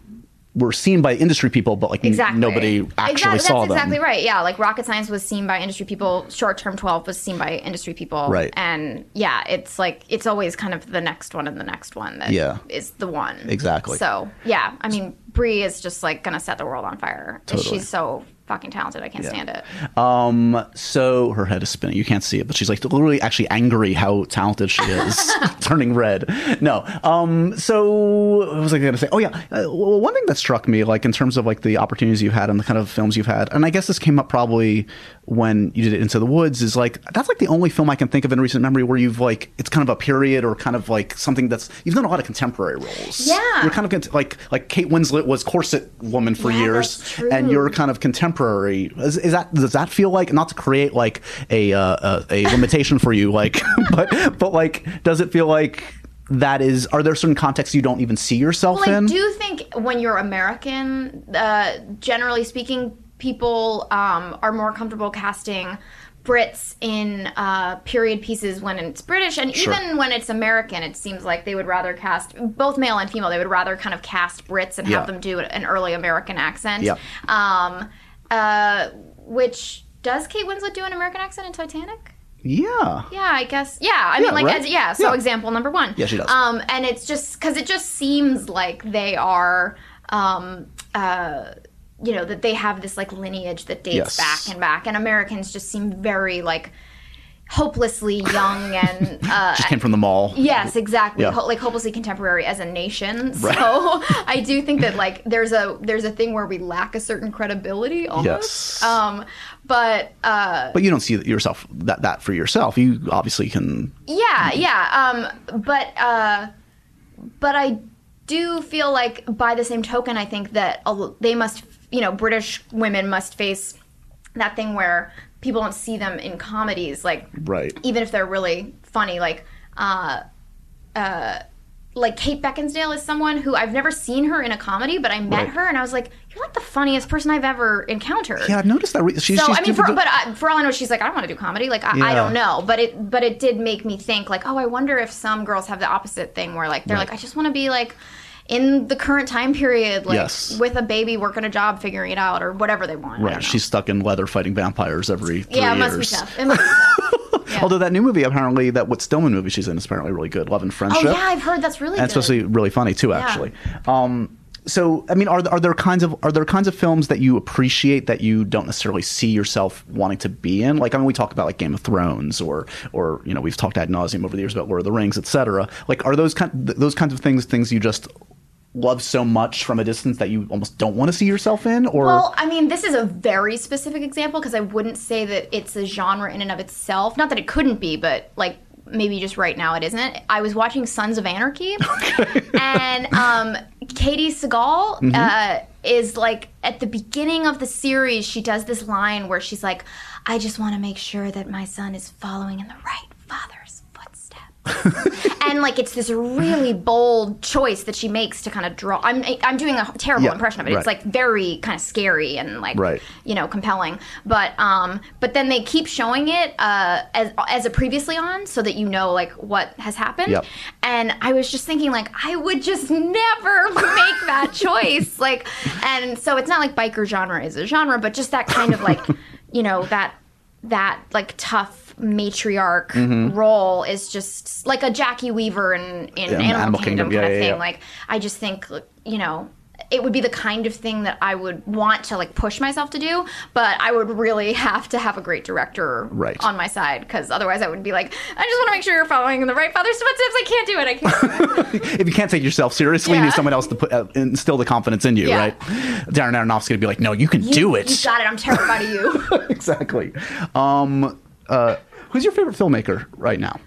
Speaker 1: were seen by industry people, but like n-
Speaker 3: Exactly.
Speaker 1: nobody actually
Speaker 3: exactly,
Speaker 1: saw
Speaker 3: That's
Speaker 1: them.
Speaker 3: exactly right. Yeah, like rocket science was seen by industry people. Short term twelve was seen by industry people.
Speaker 1: Right.
Speaker 3: And yeah, it's like it's always kind of the next one and the next one that is
Speaker 1: Yeah.
Speaker 3: the one.
Speaker 1: Exactly.
Speaker 3: So yeah, I mean Brie is just like gonna set the world on fire.
Speaker 1: Totally.
Speaker 3: She's so fucking talented. I can't stand it.
Speaker 1: Um, so her head is spinning. You can't see it, but she's like literally actually angry how talented she is, turning red. No. Um, so what was I going to say? Oh yeah. Uh, well, one thing that struck me, like in terms of like the opportunities you've had and the kind of films you've had, and I guess this came up probably when you did it Into the Woods, is like that's like the only film I can think of in recent memory where you've like it's kind of a period or kind of like something that's you've done a lot of contemporary roles.
Speaker 3: Yeah.
Speaker 1: You're kind of cont- like like Kate Winslet was corset woman for
Speaker 3: Yeah,
Speaker 1: years,
Speaker 3: that's true.
Speaker 1: and you're kind of contemporary. Is, is that does that feel like not to create like a uh, a, a limitation for you, like but but like does it feel like that is? Are there certain contexts you don't even see yourself
Speaker 3: Well,
Speaker 1: in?
Speaker 3: I do think when you're American, uh, generally speaking, people um, are more comfortable casting Brits in uh, period pieces when it's British, and
Speaker 1: Sure.
Speaker 3: even when it's American, it seems like they would rather cast both male and female. They would rather kind of cast Brits and
Speaker 1: Yeah.
Speaker 3: have them do an early American accent.
Speaker 1: Yeah.
Speaker 3: Um, uh, which does Kate Winslet do an American accent in Titanic?
Speaker 1: yeah.
Speaker 3: Yeah, I guess. Yeah, I
Speaker 1: Yeah,
Speaker 3: mean, like,
Speaker 1: right?
Speaker 3: as, yeah. So,
Speaker 1: Yeah.
Speaker 3: example number one.
Speaker 1: Yeah, she does.
Speaker 3: Um, and it's just because it just seems like they are, um, uh, you know, that they have this like lineage that
Speaker 1: Yes.
Speaker 3: dates back and back, and Americans just seem very like hopelessly young and uh,
Speaker 1: Just came from the mall.
Speaker 3: Yes, exactly.
Speaker 1: Yeah.
Speaker 3: Ho- like hopelessly contemporary as a nation. So
Speaker 1: Right.
Speaker 3: I do think that like there's a there's a thing where we lack a certain credibility almost.
Speaker 1: Yes.
Speaker 3: Um, but uh,
Speaker 1: But you don't see yourself that that for yourself. You obviously can.
Speaker 3: Yeah, yeah. Um, but uh, but I do feel like by the same token, I think that a l- they must, you know, British women must face that thing where people don't see them in comedies, like
Speaker 1: Right.
Speaker 3: even if they're really funny, like. Uh, uh, like Kate Beckinsdale is someone who I've never seen her in a comedy, but I met
Speaker 1: Right.
Speaker 3: her and I was like, "You're like the funniest person I've ever encountered."
Speaker 1: Yeah, I've noticed that. Re- she's,
Speaker 3: so
Speaker 1: she's
Speaker 3: I mean, for,
Speaker 1: doing-
Speaker 3: but I, for all I know, she's like, I don't want to do comedy. Like, I, I
Speaker 1: Yeah.
Speaker 3: don't know. But it, but it did make me think, like, oh, I wonder if some girls have the opposite thing, where like they're
Speaker 1: Right.
Speaker 3: like, I just want to be like in the current time period, like
Speaker 1: Yes.
Speaker 3: with a baby, working a job, figuring it out, or whatever they want. I don't
Speaker 1: right,
Speaker 3: know.
Speaker 1: she's stuck in leather fighting vampires every. Three
Speaker 3: yeah, it
Speaker 1: years.
Speaker 3: must be tough. It must be tough. Yeah.
Speaker 1: Although that new movie, apparently, that Whit Stillman movie she's in is apparently really good. Love and
Speaker 3: oh
Speaker 1: Friendship.
Speaker 3: yeah, I've heard that's really
Speaker 1: and
Speaker 3: good.
Speaker 1: it's supposed to be really funny too, actually. Um, so, I mean, are th- are there kinds of are there kinds of films that you appreciate that you don't necessarily see yourself wanting to be in? Like, I mean, we talk about like Game of Thrones, or or you know, we've talked ad nauseum over the years about Lord of the Rings, etc. Like, are those kind th- those kinds of things things you just love so much from a distance that you almost don't want to see yourself in? Or
Speaker 3: Well, I mean, this is a very specific example because I wouldn't say that it's a genre in and of itself. Not that it couldn't be, but like maybe just right now it isn't. I was watching Sons of Anarchy, and um, Katie Seagal
Speaker 1: Mm-hmm.
Speaker 3: uh, is like at the beginning of the series. She does this line where she's like, "I just want to make sure that my son is following in the right father's footsteps." and like it's this really bold choice that she makes to kind of draw. I'm I'm doing a terrible
Speaker 1: Yeah,
Speaker 3: impression of it. It's
Speaker 1: right.
Speaker 3: like very kind of scary and like
Speaker 1: Right.
Speaker 3: you know compelling. But um, but then they keep showing it uh, as as a previously on, so that you know like what has happened.
Speaker 1: Yep.
Speaker 3: And I was just thinking like I would just never make that choice. Like, and so it's not like biker genre is a genre, but just that kind of like you know that that like tough matriarch
Speaker 1: Mm-hmm.
Speaker 3: role is just like a Jackie Weaver in, in
Speaker 1: Yeah,
Speaker 3: Animal, Kingdom, kind
Speaker 1: yeah,
Speaker 3: of
Speaker 1: yeah,
Speaker 3: thing.
Speaker 1: yeah.
Speaker 3: Like I just think you know it would be the kind of thing that I would want to like push myself to do, but I would really have to have a great director
Speaker 1: Right.
Speaker 3: on my side because otherwise I would be like, I just want to make sure you're following the right father's footsteps. I can't do it. I can't. Do it.
Speaker 1: if you can't take yourself seriously, you
Speaker 3: Yeah.
Speaker 1: need someone else to put uh, instill the confidence in you,
Speaker 3: Yeah.
Speaker 1: right? Darren Aronofsky's gonna be like, "No, you can do it."
Speaker 3: You got it. I'm terrified of you.
Speaker 1: exactly. Um, uh, who's your favorite filmmaker right now?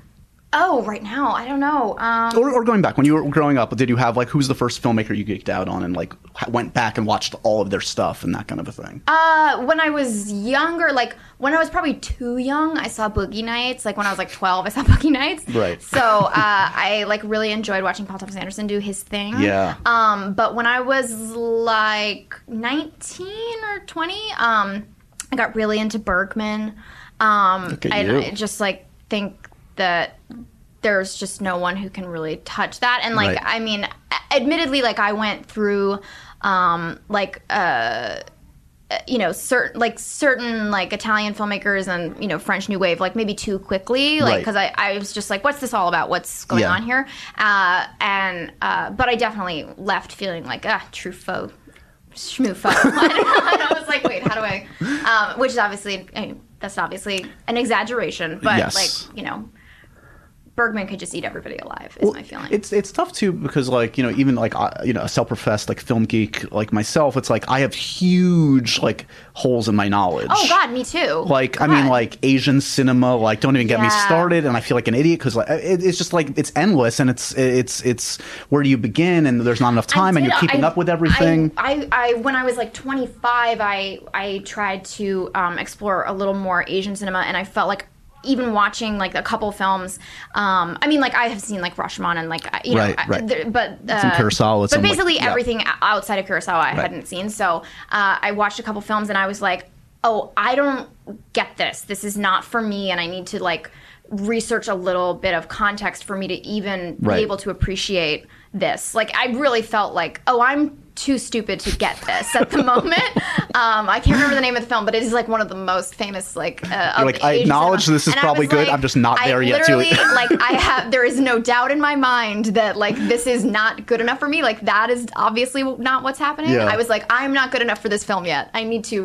Speaker 3: oh, right now I don't know. Um,
Speaker 1: Or, or going back when you were growing up, did you have like who's the first filmmaker you geeked out on and like h- went back and watched all of their stuff and that kind of a thing?
Speaker 3: Uh, when I was younger, like when I was probably too young, I saw Boogie Nights. Like when I was like twelve, I saw Boogie Nights.
Speaker 1: Right.
Speaker 3: So uh, I like really enjoyed watching Paul Thomas Anderson do his thing.
Speaker 1: Yeah.
Speaker 3: Um, but when I was like nineteen or twenty, um, I got really into Bergman. Um,
Speaker 1: Look at
Speaker 3: I,
Speaker 1: you.
Speaker 3: I just like think that there's just no one who can really touch that. And like,
Speaker 1: Right.
Speaker 3: I mean, admittedly, like I went through, um, like you know certain like certain like italian filmmakers and you know french new wave like maybe too quickly like
Speaker 1: Right.
Speaker 3: because I, I was just like what's this all about what's going
Speaker 1: Yeah.
Speaker 3: on here uh, and uh, but i definitely left feeling like ah truffaut schmoofo and i was like wait how do i um, which is obviously I mean, that's obviously an exaggeration but
Speaker 1: Yes.
Speaker 3: like you know bergman could just eat everybody alive is my feeling
Speaker 1: It's it's tough too because like you know even like I, you know a self-professed like film geek like myself, it's like I have huge like holes in my knowledge.
Speaker 3: oh god me too
Speaker 1: Like I mean,
Speaker 3: God.
Speaker 1: like Asian cinema. Like don't even get me
Speaker 3: Yeah.
Speaker 1: started, and I feel like an idiot because like it, it's just like it's endless, and it's it's it's where do you begin, and there's not enough time, and
Speaker 3: did-
Speaker 1: you're keeping
Speaker 3: I-
Speaker 1: up with everything.
Speaker 3: I, I, I, when I was like 25, I, I tried to um, explore a little more Asian cinema, and I felt like even watching like a couple films, um, I mean, like I have seen like Rashomon and like I- you
Speaker 1: Right,
Speaker 3: know, I-
Speaker 1: right.
Speaker 3: there- but uh,
Speaker 1: Some Kurosawa,
Speaker 3: But
Speaker 1: some, like-
Speaker 3: basically
Speaker 1: yeah.
Speaker 3: everything o- outside of Kurosawa I hadn't seen, so uh, I watched a couple films, and I was like, oh, I don't get this. This is not for me, and I need to like research a little bit of context for me to even
Speaker 1: Right.
Speaker 3: be able to appreciate this. Like I really felt like, oh, I'm too stupid to get this at the moment. um, I can't remember the name of the film, but it is like one of the most famous like. Uh, of
Speaker 1: You're like, I
Speaker 3: Asian
Speaker 1: acknowledge
Speaker 3: cinema.
Speaker 1: this is
Speaker 3: And I
Speaker 1: probably
Speaker 3: was
Speaker 1: good,
Speaker 3: like-
Speaker 1: I'm just not
Speaker 3: I
Speaker 1: there yet to-
Speaker 3: literally, like I have, there is no doubt in my mind that like this is not good enough for me. Like that is obviously not what's happening.
Speaker 1: Yeah.
Speaker 3: I was like, I'm not good enough for this film yet. I need to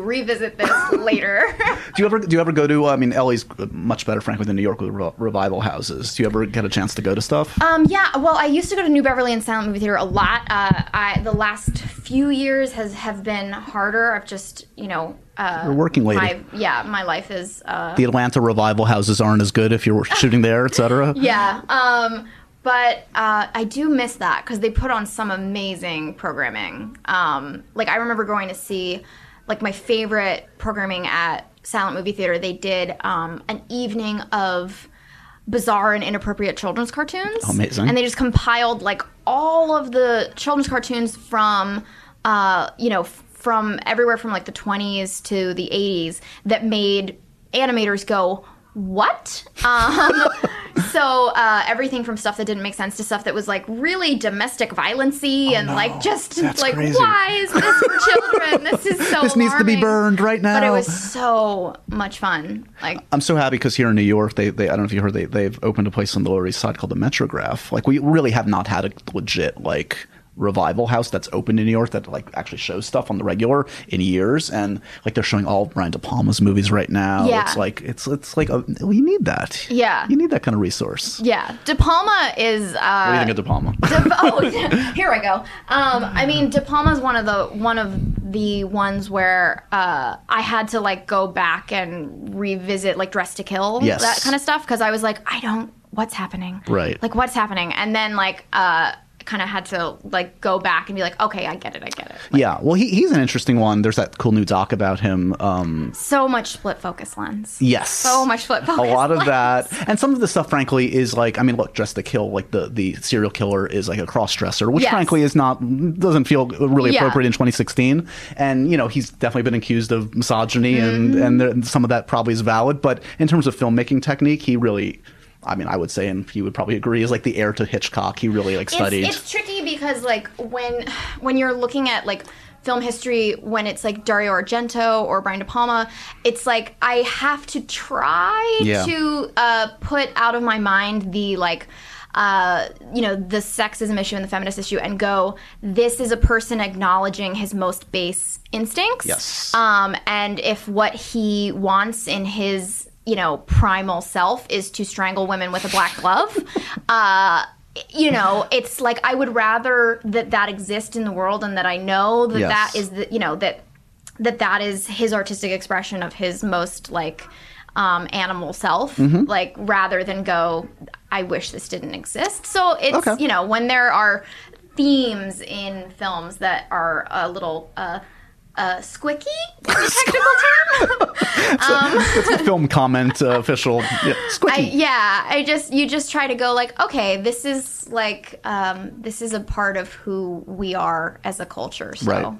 Speaker 3: revisit this later.
Speaker 1: do you ever do you ever go to? I mean, LA's much better, frankly, than New York with re- revival houses. Do you ever get a chance to go to stuff?
Speaker 3: Um, yeah, well, I used to go to New Beverly and Silent Movie Theater a lot. Uh, I, the last few years has have been harder. I've just, you know, uh,
Speaker 1: You're a working lady.
Speaker 3: my yeah, my life is uh,
Speaker 1: the Atlanta revival houses aren't as good if you're shooting there, etc.
Speaker 3: yeah. Um, but uh, I do miss that because they put on some amazing programming. Um, like I remember going to see, like my favorite programming at Silent Movie Theater. They did um, an evening of bizarre and inappropriate children's cartoons.
Speaker 1: Amazing.
Speaker 3: And they just compiled like all of the children's cartoons from, uh, you know, f- from everywhere from like the 20s to the 80s that made animators go, what? Um, so uh, everything from stuff that didn't make sense to stuff that was like really domestic violency and
Speaker 1: Oh, no.
Speaker 3: like just
Speaker 1: That's
Speaker 3: like
Speaker 1: crazy.
Speaker 3: why is this for children? This is so
Speaker 1: This needs to be
Speaker 3: alarming.
Speaker 1: burned right
Speaker 3: But it
Speaker 1: now.
Speaker 3: was so much fun. Like
Speaker 1: I'm so happy because here in New York, they, they I don't know if you heard they they've opened a place on the Lower East Side called the Metrograph. Like we really have not had a legit like revival house that's open in New York that like actually shows stuff on the regular in years. And like they're showing all Brian De Palma's movies right now.
Speaker 3: Yeah.
Speaker 1: It's like it's it's like a, you need that.
Speaker 3: Yeah.
Speaker 1: you need that kind of resource.
Speaker 3: yeah, De Palma is. Uh,
Speaker 1: What do you think of De Palma?
Speaker 3: De- oh, yeah. here I go. Um, I mean, De Palma's one of the one of the ones where uh, I had to like go back and revisit like Dress to Kill,
Speaker 1: Yes.
Speaker 3: that kind of stuff, because I was like, I don't, what's happening,
Speaker 1: Right.
Speaker 3: Like, what's happening? And then like, uh, kind of had to like go back and be like, okay, I get it, I get it.
Speaker 1: yeah. Well, he, he's an interesting one. There's that cool new doc about him. Um,
Speaker 3: So much split focus lens.
Speaker 1: yes.
Speaker 3: So much flip
Speaker 1: a
Speaker 3: focus.
Speaker 1: lot of
Speaker 3: lens.
Speaker 1: that and some of the stuff frankly is like i mean look dress to kill like the the serial killer is like a cross-dresser which
Speaker 3: Yes.
Speaker 1: frankly is not doesn't feel really
Speaker 3: Yeah.
Speaker 1: appropriate in 2016 and you know he's definitely been accused of misogyny and
Speaker 3: Mm-hmm.
Speaker 1: and there, some of that probably is valid but in terms of filmmaking technique he really i mean i would say and he would probably agree is like the heir to hitchcock he really like studied
Speaker 3: It's, it's tricky because like when when you're looking at like film history when it's like Dario Argento or Brian De Palma, it's like I have to try
Speaker 1: Yeah.
Speaker 3: to uh, put out of my mind the like uh, you know the sexism issue and the feminist issue and go this is a person acknowledging his most base instincts
Speaker 1: Yes.
Speaker 3: um, and if what he wants in his you know primal self is to strangle women with a black glove uh, you know it's like i would rather that that exist in the world and that i know that
Speaker 1: Yes.
Speaker 3: that is the you know that that that is his artistic expression of his most like um, animal self
Speaker 1: Mm-hmm.
Speaker 3: like rather than go i wish this didn't exist so it's
Speaker 1: Okay.
Speaker 3: you know when there are themes in films that are a little uh, uh, squicky is the technical term Um.
Speaker 1: it's the film comment uh, official yeah, squishy.
Speaker 3: I, yeah, I just you just try to go like, okay, this is like um, this is a part of who we are as a culture. So
Speaker 1: Right.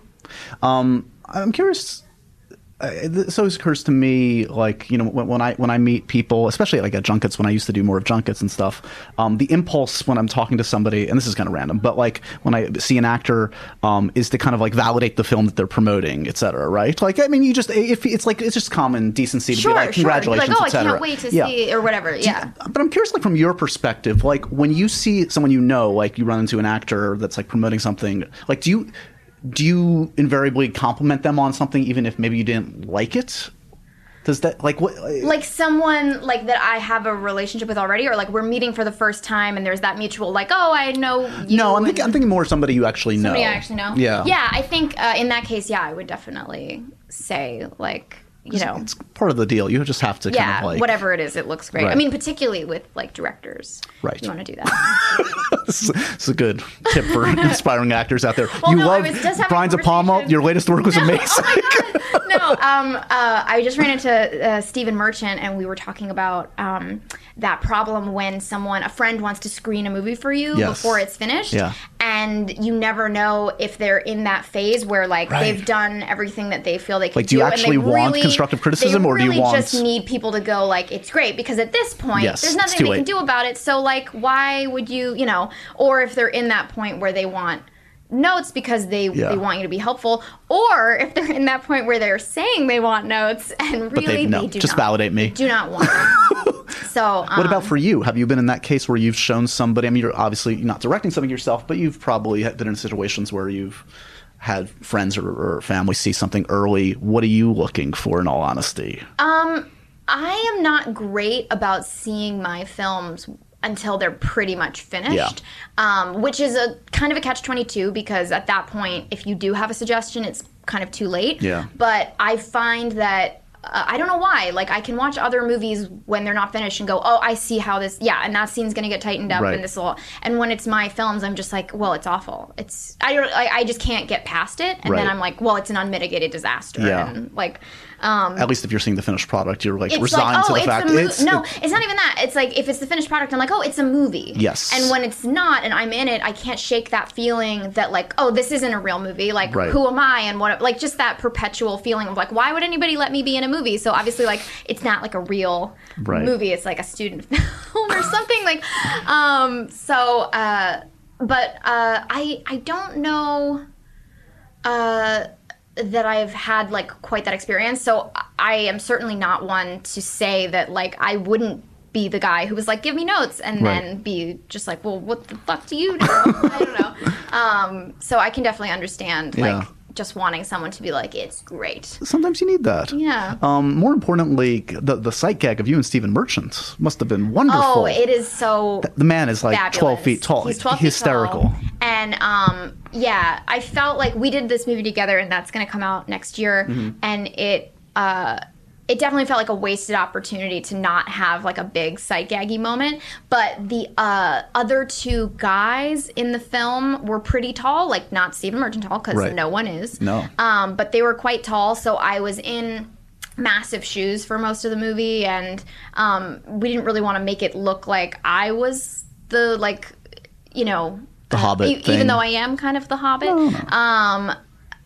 Speaker 1: Um, I'm curious. uh, This always occurs to me, like you know, when, when I when I meet people, especially like at junkets, when I used to do more of junkets and stuff, um, the impulse when I'm talking to somebody, and this is kind of random, but like when I see an actor, um, is to kind of like validate the film that they're promoting, et cetera, right? Like, I mean, you just if it's like it's just common decency to
Speaker 3: sure,
Speaker 1: be like,
Speaker 3: sure. You're
Speaker 1: congratulations,
Speaker 3: like, oh,
Speaker 1: et cetera.
Speaker 3: I can't wait to
Speaker 1: Yeah
Speaker 3: see or whatever. Yeah.
Speaker 1: but I'm curious, like from your perspective, like when you see someone you know, like you run into an actor that's like promoting something, like do you do you invariably compliment them on something, even if maybe you didn't like it? Does that like what? uh,
Speaker 3: Like someone like that I have a relationship with already, or like we're meeting for the first time, and there's that mutual like, oh, I know you.
Speaker 1: no, I'm
Speaker 3: and
Speaker 1: thinking, I'm thinking more somebody you actually know.
Speaker 3: somebody I actually know.
Speaker 1: Yeah,
Speaker 3: yeah. I think uh, in that case, yeah, I would definitely say like you know,
Speaker 1: It's part of the deal. You just have to
Speaker 3: yeah,
Speaker 1: kind of like
Speaker 3: whatever it is, it looks great. I
Speaker 1: Right.
Speaker 3: mean, particularly with like directors,
Speaker 1: Right.
Speaker 3: You want to do that.
Speaker 1: This is- this is a good tip for aspiring actors out there.
Speaker 3: Well,
Speaker 1: you
Speaker 3: no, I
Speaker 1: love
Speaker 3: was just having a
Speaker 1: Brian De Palma.
Speaker 3: conversation.
Speaker 1: Your latest work was amazing.
Speaker 3: no, um, uh, I just ran into uh, Stephen Merchant, and we were talking about um, that problem when someone, a friend, wants to screen a movie for you
Speaker 1: Yes.
Speaker 3: before it's finished,
Speaker 1: Yeah.
Speaker 3: and you never know if they're in that phase where like
Speaker 1: Right.
Speaker 3: they've done everything that they feel they can
Speaker 1: Like, do you
Speaker 3: and they
Speaker 1: actually want
Speaker 3: really-
Speaker 1: constructive criticism,
Speaker 3: they
Speaker 1: or do you
Speaker 3: really
Speaker 1: want-
Speaker 3: just need people to go like it's great because at this point
Speaker 1: Yes,
Speaker 3: there's
Speaker 1: it's
Speaker 3: nothing
Speaker 1: too
Speaker 3: they can
Speaker 1: late.
Speaker 3: do about it. So like, why would you, you know, or if they're in that point where they want notes because they
Speaker 1: Yeah.
Speaker 3: they want you to be helpful, or if they're in that point where they're saying they want notes and
Speaker 1: they-
Speaker 3: really they,
Speaker 1: no,
Speaker 3: do
Speaker 1: just
Speaker 3: not,
Speaker 1: validate me.
Speaker 3: do not want. them. so um,
Speaker 1: What about for you? Have you been in that case where you've shown somebody? I mean, you're obviously not directing something yourself, but you've probably been in situations where you've had friends or, or family see something early. What are you looking for? In all honesty,
Speaker 3: Um, I am not great about seeing my films until they're pretty much finished,
Speaker 1: Yeah.
Speaker 3: um, which is a kind of a catch twenty two because at that point, if you do have a suggestion, it's kind of too late.
Speaker 1: Yeah.
Speaker 3: But I find that. Uh, I don't know why. Like I can watch other movies when they're not finished and go, "Oh, I see how this. Yeah, and that scene's gonna get tightened up,
Speaker 1: Right.
Speaker 3: and this will." And when it's my films, I'm just like, "Well, it's awful. It's I don't. I, I just can't get past it." And
Speaker 1: Right.
Speaker 3: then I'm like, "Well, it's an unmitigated disaster."
Speaker 1: Yeah.
Speaker 3: And like, um,
Speaker 1: at least if you're seeing the finished product, you're like
Speaker 3: it's
Speaker 1: resigned
Speaker 3: like, oh,
Speaker 1: to the
Speaker 3: it's
Speaker 1: fact.
Speaker 3: a movie.
Speaker 1: it's
Speaker 3: no,
Speaker 1: it-
Speaker 3: it's not even that. It's like if it's the finished product, I'm like, oh, it's a movie.
Speaker 1: Yes.
Speaker 3: And when it's not, and I'm in it, I can't shake that feeling that like, oh, this isn't a real movie. Like,
Speaker 1: Right.
Speaker 3: who am I? And what? Like, just that perpetual feeling of like, why would anybody let me be in a movie? So obviously, like, it's not like a real
Speaker 1: Right.
Speaker 3: movie. It's like a student film or something. Like, um, so, uh, but uh, I I don't know. Uh, that I've had like quite that experience. So I am certainly not one to say that like I wouldn't be the guy who was like, give me notes, and then
Speaker 1: Right.
Speaker 3: be just like, well, what the fuck do you know? I don't know. Um, so I can definitely understand like
Speaker 1: Yeah.
Speaker 3: just wanting someone to be like, it's great.
Speaker 1: sometimes you need that.
Speaker 3: Yeah.
Speaker 1: Um, more importantly, the the sight gag of you and Stephen Merchant must have been wonderful.
Speaker 3: Oh, it is so.
Speaker 1: the man is like
Speaker 3: fabulous.
Speaker 1: 12 feet tall.
Speaker 3: He's 12 feet
Speaker 1: hysterical.
Speaker 3: tall. And um, yeah, I
Speaker 1: Mm-hmm.
Speaker 3: felt like we did this movie together, and that's going to come out next year. And it uh, it definitely felt like a wasted opportunity to not have like a big sight gaggy moment. But the uh, other two guys in the film were pretty tall, like not Stephen Merchant tall because
Speaker 1: Right.
Speaker 3: no one is.
Speaker 1: No.
Speaker 3: Um, but they were quite tall, so I was in massive shoes for most of the movie, and um, we didn't really want to make it look like I was the like, you know,
Speaker 1: The Hobbit
Speaker 3: e-
Speaker 1: thing.
Speaker 3: even though I am kind of the Hobbit. Um,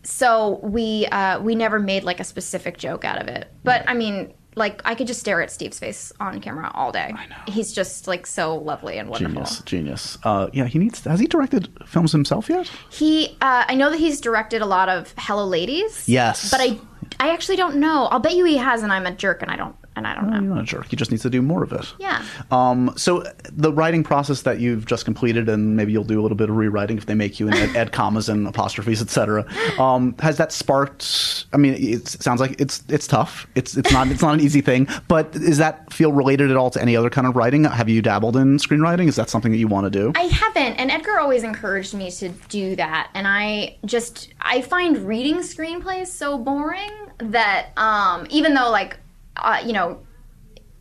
Speaker 3: so we uh, we never made like a specific joke out of it, but I mean. Like I could just stare at Steve's face on camera all day. I know. He's just like so lovely and wonderful.
Speaker 1: Genius, genius. Uh, yeah, he needs. Has he directed films himself yet?
Speaker 3: He, uh, I know that he's directed a lot of Hello Ladies.
Speaker 1: Yes.
Speaker 3: but I, I actually don't know. I'll bet you he has, and I'm a jerk, and I don't, and I don't know.
Speaker 1: You're not a jerk. He just needs to do more of it.
Speaker 3: Yeah.
Speaker 1: Um, so the writing process that you've just completed, and maybe you'll do a little bit of rewriting if they make you and add, add commas and apostrophes, etc. Um, has that sparked? I mean, it sounds like it's it's tough. It's it's not it's not an easy thing. But does that feel related at all to any other kind of writing? Have you dabbled in screenwriting? Is that something that you want to do?
Speaker 3: I haven't, and Edgar always encouraged me to do that, and I just, I find reading screenplays so boring that, um, even though like, uh, you know,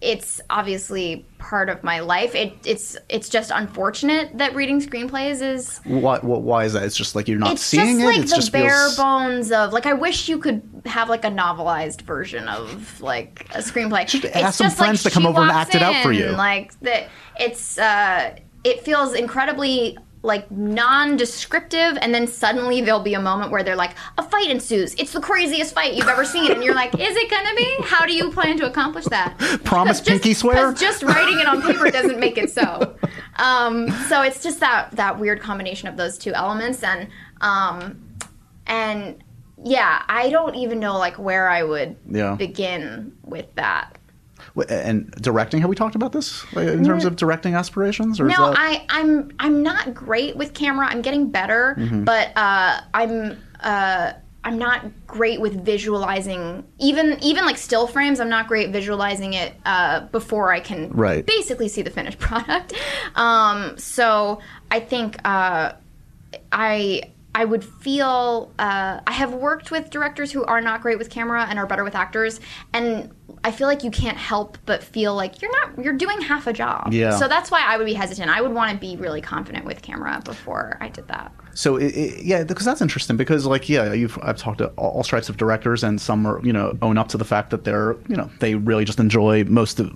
Speaker 3: it's obviously part of my life. It, it's, it's just unfortunate that reading screenplays is
Speaker 1: why, why- why is that? It's just like you're not
Speaker 3: it's
Speaker 1: seeing
Speaker 3: just
Speaker 1: it.
Speaker 3: like
Speaker 1: it's
Speaker 3: the
Speaker 1: just
Speaker 3: bare
Speaker 1: feels-
Speaker 3: bones of like i wish you could have like a novelized version of like a screenplay
Speaker 1: Just
Speaker 3: it's
Speaker 1: ask some
Speaker 3: just, like,
Speaker 1: friends to
Speaker 3: she
Speaker 1: come over and act
Speaker 3: walks
Speaker 1: it out for you.
Speaker 3: in, like that it's uh it feels incredibly like non-descriptive and then suddenly there'll be a moment where they're like a fight ensues it's the craziest fight you've ever seen and you're like is it gonna be how do you plan to accomplish that
Speaker 1: Promise
Speaker 3: just-
Speaker 1: pinky swear.
Speaker 3: 'cause just writing it on paper doesn't make it so. Um, so it's just that that weird combination of those two elements, and um, and yeah, I don't even know like where I would
Speaker 1: Yeah.
Speaker 3: begin with that.
Speaker 1: Wh- and directing. Have we talked about this Like, in terms of directing aspirations? Or is
Speaker 3: Mm. No,
Speaker 1: that...
Speaker 3: I, I'm I'm not great with camera. I'm getting better, but uh, I'm uh, I'm not great with visualizing even even like still frames. I'm not great visualizing it uh, before I can
Speaker 1: Right.
Speaker 3: basically see the finished product. Um, so I think uh, I. I would feel uh, I have worked with directors who are not great with camera and are better with actors, and I feel like you can't help but feel like you're not you're doing half a job.
Speaker 1: Yeah.
Speaker 3: So that's why I would be hesitant. I would want to be really confident with camera before I did that.
Speaker 1: So it, it, yeah, because that's interesting. Because like yeah, you've I've talked to all, all stripes of directors, and some are you know own up to the fact that they're you know they really just enjoy most of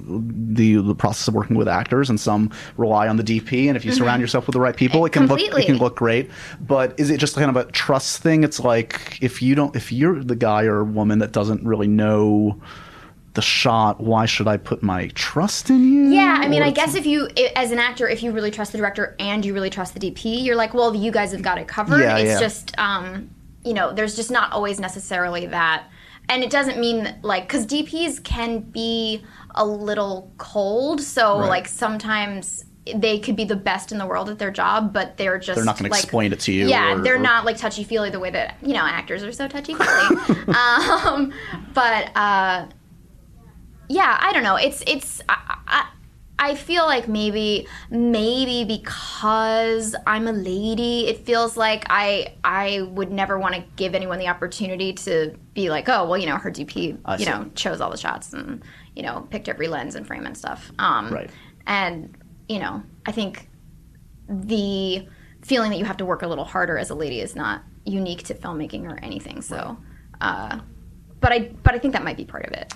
Speaker 1: the the process of working with actors, and some rely on the DP. And if you surround yourself with the right people, it can look it
Speaker 3: Mm-hmm. Completely.
Speaker 1: can look great. But is it just kind of a trust thing? It's like if you don't if you're the guy or woman that doesn't really know the shot, why should I put my trust in you?
Speaker 3: Yeah, I mean,
Speaker 1: Or
Speaker 3: I
Speaker 1: it's-
Speaker 3: guess if you, i as an actor, if you really trust the director and you really trust the DP, you're like, well, you guys have got it covered.
Speaker 1: Yeah,
Speaker 3: it's
Speaker 1: yeah.
Speaker 3: just, um, you know, there's just not always necessarily that. And it doesn't mean that, like, because DPs can be a little cold. So,
Speaker 1: Right.
Speaker 3: like, sometimes they could be the best in the world at their job, but they're just.
Speaker 1: They're not gonna
Speaker 3: like-
Speaker 1: explain it to you
Speaker 3: Yeah,
Speaker 1: or-
Speaker 3: they're
Speaker 1: or-
Speaker 3: not, like, touchy feely the way that, you know, actors are so touchy feely. um, but, uh, yeah i don't know it's it's I, I, I feel like maybe maybe because i'm a lady it feels like i i would never want to give anyone the opportunity to be like oh well you know her dp you
Speaker 1: see.
Speaker 3: know chose all the shots and you know picked every lens and frame and stuff um
Speaker 1: Right.
Speaker 3: and you know i think the feeling that you have to work a little harder as a lady is not unique to filmmaking or anything so uh but i but i think that might be part of it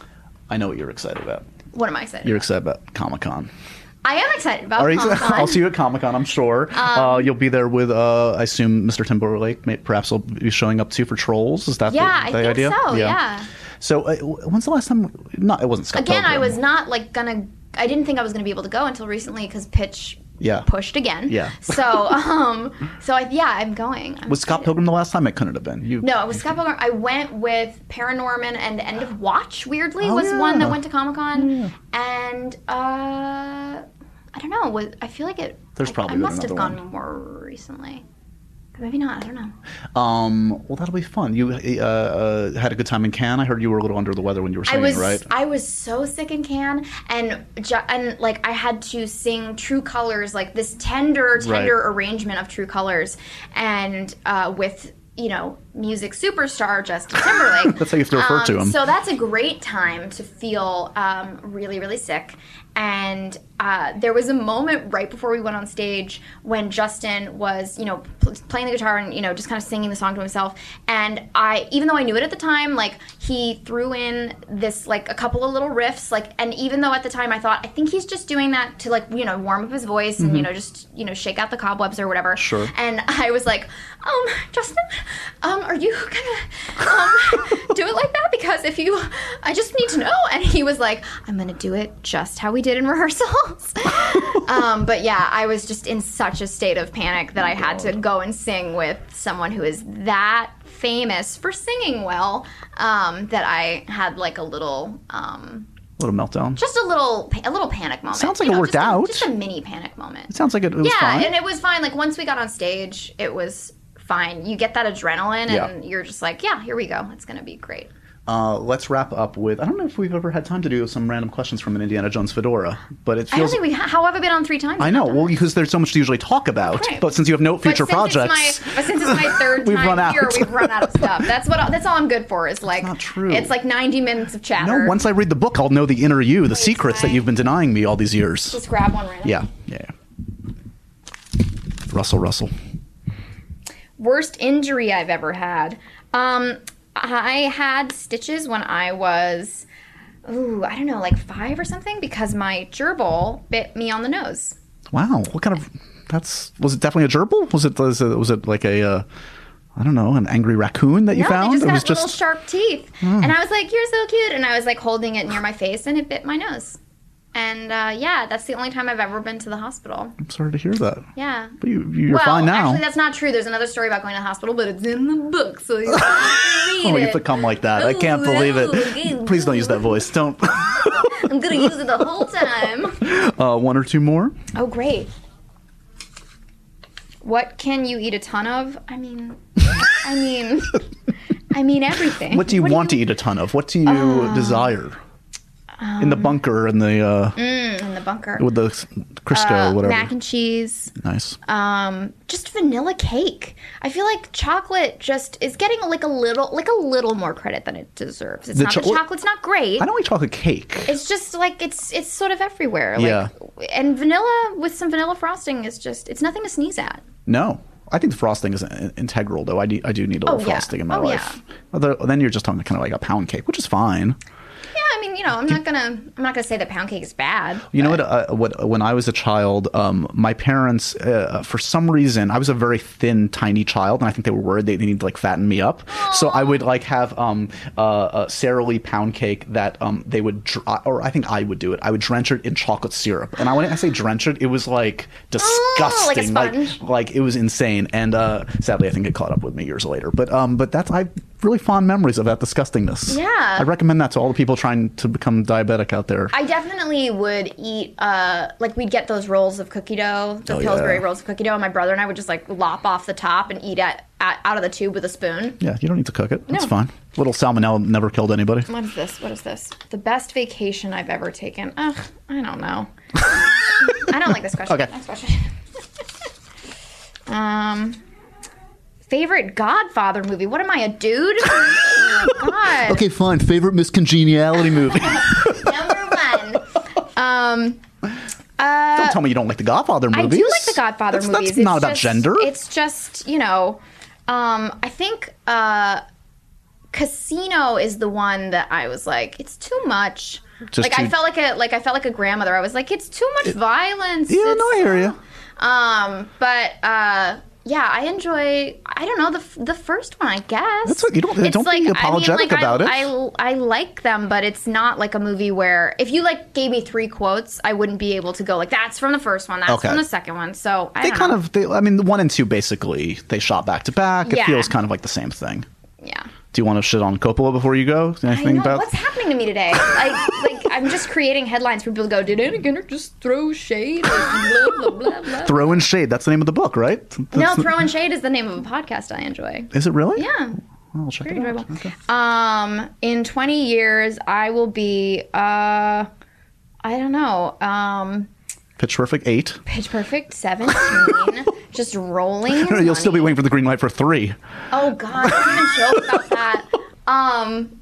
Speaker 1: I know what you're excited about.
Speaker 3: what am i excited
Speaker 1: You're excited about Comic Con.
Speaker 3: I am excited about
Speaker 1: All right,
Speaker 3: Comic-Con. Um,
Speaker 1: I'll see you at Comic Con, I'm sure. uh, you'll be there with, uh, I assume, Mr. Timberlake. May, perhaps he'll be showing up too for Trolls. Is that
Speaker 3: Yeah, I
Speaker 1: the, the
Speaker 3: think
Speaker 1: idea?
Speaker 3: so. Yeah.
Speaker 1: So, uh, w- when's the last time? No, it wasn't Scott
Speaker 3: Again, I
Speaker 1: Pilgrim.
Speaker 3: was not like gonna. I didn't think I was gonna be able to go until recently because Pitch
Speaker 1: Yeah.
Speaker 3: pushed again.
Speaker 1: Yeah.
Speaker 3: So um, so I, yeah, I'm going. I'm
Speaker 1: Was Scott
Speaker 3: excited.
Speaker 1: Pilgrim the last time? It couldn't have been. You,
Speaker 3: No, it was Scott Pilgrim. I went with Paranorman and End of Watch. Weirdly,
Speaker 1: Oh,
Speaker 3: was one
Speaker 1: yeah.
Speaker 3: that went to Comic Con, and uh, I don't know. Was I feel like it?
Speaker 1: There's
Speaker 3: I,
Speaker 1: probably
Speaker 3: I
Speaker 1: been
Speaker 3: must have
Speaker 1: another
Speaker 3: gone more recently. But Maybe not. I don't know.
Speaker 1: Um, well, that'll be fun. You uh, uh, had a good time in Cannes. I heard you were a little under the weather when you were
Speaker 3: I
Speaker 1: singing,
Speaker 3: was
Speaker 1: right?
Speaker 3: I was so sick in Cannes, and ju- and like I had to sing True Colors, like this tender, tender
Speaker 1: Right.
Speaker 3: arrangement of True Colors, and uh, with you know music superstar Justin Timberlake.
Speaker 1: That's how you have to refer
Speaker 3: Um,
Speaker 1: to him.
Speaker 3: So that's a great time to feel um, really, really sick. And uh, there was a moment right before we went on stage when Justin was, you know, pl- playing the guitar and you know just kind of singing the song to himself. And I, even though I knew it at the time, like he threw in this like a couple of little riffs, like, and even though at the time I thought I think he's just doing that to like you know warm up his voice and you know just you know shake out the cobwebs or whatever.
Speaker 1: Sure.
Speaker 3: And I was like, um, Justin, um, are you gonna um, do it like that? Because if you, I just need to know. And he was like, I'm gonna do it just how we did in rehearsals. um, but yeah, I was just in such a state of panic that I had to go and sing with someone who is that famous for singing well um, that I had like a little. Um,
Speaker 1: little meltdown.
Speaker 3: just a little, pa- a little panic moment.
Speaker 1: Sounds like it worked
Speaker 3: just a-
Speaker 1: out.
Speaker 3: Just a mini panic moment
Speaker 1: Sounds like it, it was
Speaker 3: yeah,
Speaker 1: fine.
Speaker 3: and it was fine. Like once we got on stage, it was fine. You get that adrenaline, and
Speaker 1: Yeah.
Speaker 3: you're just like, yeah, here we go. It's gonna be great.
Speaker 1: uh, let's wrap up with I don't know if we've ever had time to do some random questions from an Indiana Jones fedora, but it
Speaker 3: I don't
Speaker 1: feels.
Speaker 3: think we. Ha- how have I been on three times?
Speaker 1: I know, well, because there's so much to usually talk about,
Speaker 3: Right.
Speaker 1: but since you have no
Speaker 3: But
Speaker 1: future
Speaker 3: since it's
Speaker 1: projects,
Speaker 3: my, but since it's my third
Speaker 1: We've
Speaker 3: time
Speaker 1: run
Speaker 3: here,
Speaker 1: out.
Speaker 3: we've run out of stuff. That's what. That's all I'm good for. Is like
Speaker 1: not true.
Speaker 3: It's like 90 minutes of chatter.
Speaker 1: no, once I read the book, I'll know the inner you, the secrets that
Speaker 3: fine.
Speaker 1: you've been denying me all these years.
Speaker 3: just grab one right
Speaker 1: Yeah, yeah. yeah. Russell, Russell.
Speaker 3: worst injury I've ever had. Um, I had stitches when I was, ooh, I don't know, like five or something, because my gerbil bit me on the nose.
Speaker 1: Wow, what kind of? That's was it definitely a gerbil? Was it was it, was it like a? Uh, I don't know, an angry raccoon that you
Speaker 3: no,
Speaker 1: found?
Speaker 3: they just
Speaker 1: it
Speaker 3: got
Speaker 1: was
Speaker 3: little
Speaker 1: just Hmm.
Speaker 3: sharp teeth, and I was like, "You're so cute," and I was like holding it near my face, and it bit my nose. And uh, yeah, that's the only time I've ever been to the hospital.
Speaker 1: I'm sorry to hear that.
Speaker 3: Yeah.
Speaker 1: But you, you're
Speaker 3: well,
Speaker 1: fine now.
Speaker 3: actually, that's not true. There's another story about going to the hospital, but it's in the book, so you can read
Speaker 1: oh, you have
Speaker 3: it.
Speaker 1: to come like that. I can't believe it. Please don't use that voice. Don't.
Speaker 3: I'm gonna use it the whole time.
Speaker 1: Uh, one or two more.
Speaker 3: Oh, great. What can you eat a ton of? I mean, I mean, I mean everything.
Speaker 1: What do you want to eat a ton of? What do you
Speaker 3: Uh,
Speaker 1: desire? in
Speaker 3: um,
Speaker 1: the bunker, in the uh,
Speaker 3: in the bunker? Uh,
Speaker 1: with the s- Crisco, uh, whatever.
Speaker 3: mm, Mac and cheese,
Speaker 1: nice.
Speaker 3: um, just vanilla cake. I feel like chocolate just is getting like a little, like a little more credit than it deserves. It's
Speaker 1: The
Speaker 3: not
Speaker 1: cho-
Speaker 3: the chocolate's not great.
Speaker 1: I don't like chocolate cake.
Speaker 3: It's just like it's it's sort of everywhere.
Speaker 1: Yeah.
Speaker 3: Like, and vanilla with some vanilla frosting is just it's nothing to sneeze at.
Speaker 1: No. I think the frosting is in- integral, though. I do, I do need a little
Speaker 3: Oh, yeah.
Speaker 1: frosting in my
Speaker 3: Oh,
Speaker 1: life. Although, then you're just talking kind of like a pound cake, which is fine.
Speaker 3: Yeah, I mean, you know, I'm not gonna I'm not gonna say that pound cake is bad.
Speaker 1: You know what? Uh, what when I was a child, um, my parents, uh, for some reason, I was a very thin, tiny child, and I think they were worried they, they needed to like fatten me up. So I would like have um, uh, uh, Sara Lee pound cake that um, they would, dr- or I think I would do it. I would drench it in chocolate syrup, and I when I say drench it, it was like
Speaker 3: Oh, like a
Speaker 1: disgusting,
Speaker 3: sponge.
Speaker 1: like like, it was insane. And uh, sadly, I think it caught up with me years later. But um, but that's I have really fond memories of that disgustingness.
Speaker 3: Yeah.
Speaker 1: I recommend that to all the people trying to become diabetic out there.
Speaker 3: I definitely would eat, uh, like, we'd get those rolls of cookie dough, the
Speaker 1: Oh,
Speaker 3: Pillsbury
Speaker 1: yeah.
Speaker 3: rolls of cookie dough, and my brother and I would just, like, lop off the top and eat at, at, out of the tube with a spoon.
Speaker 1: Yeah, you don't need to cook it. That's
Speaker 3: No.
Speaker 1: fine. Little salmonella never killed anybody.
Speaker 3: What is this? What is this? The best vacation I've ever taken. Ugh, I don't know. I don't like this question.
Speaker 1: Okay.
Speaker 3: Next question. um, favorite Godfather movie? What am I, a dude? Oh, God.
Speaker 1: Okay, fine. Favorite miscongeniality movie.
Speaker 3: Number one.
Speaker 1: don't tell me you don't like the Godfather movies.
Speaker 3: I do like the Godfather
Speaker 1: that's,
Speaker 3: movies.
Speaker 1: That's not about
Speaker 3: just,
Speaker 1: gender.
Speaker 3: It's just you know, um, I think uh, Casino is the one that I was like, it's too much.
Speaker 1: Just
Speaker 3: like I
Speaker 1: too-
Speaker 3: felt like a like I felt like a grandmother. I was like, it's too much violence.
Speaker 1: yeah,
Speaker 3: It's-
Speaker 1: no, I hear you.
Speaker 3: uh, Um, but uh, yeah, I enjoy. I don't know the f- the first one. I guess
Speaker 1: That's what- you don't-
Speaker 3: It's
Speaker 1: don't be apologetic
Speaker 3: I,
Speaker 1: about it.
Speaker 3: I I like them, but it's not like a movie where if you like gave me three quotes, I wouldn't be able to go like that's from the first one, that's
Speaker 1: Okay.
Speaker 3: from the second one. So I
Speaker 1: They
Speaker 3: don't
Speaker 1: kind
Speaker 3: know.
Speaker 1: of, they, I mean, one and two basically, they shot back to back. It
Speaker 3: Yeah.
Speaker 1: feels kind of like the same thing.
Speaker 3: yeah.
Speaker 1: Do you want to shit on Coppola before you go?
Speaker 3: I
Speaker 1: Anything
Speaker 3: know
Speaker 1: about?
Speaker 3: what's happening to me today. I like I'm just creating headlines for people to go. Did Anakin just throw shade? Blah, blah, blah, blah.
Speaker 1: Throw in shade. That's the name of the book, right?
Speaker 3: No,
Speaker 1: That's-
Speaker 3: throw and shade is the name of a podcast I enjoy.
Speaker 1: Is it really?
Speaker 3: Yeah.
Speaker 1: Well, I'll check it out.
Speaker 3: enjoyable.
Speaker 1: Okay.
Speaker 3: Um, in 20 years, I will be, uh, I don't know, um,
Speaker 1: Pitch Perfect eight.
Speaker 3: pitch perfect 17, just rolling. in
Speaker 1: You'll still be
Speaker 3: money.
Speaker 1: waiting for the green light for three.
Speaker 3: Oh God, don't even joke about that. Um,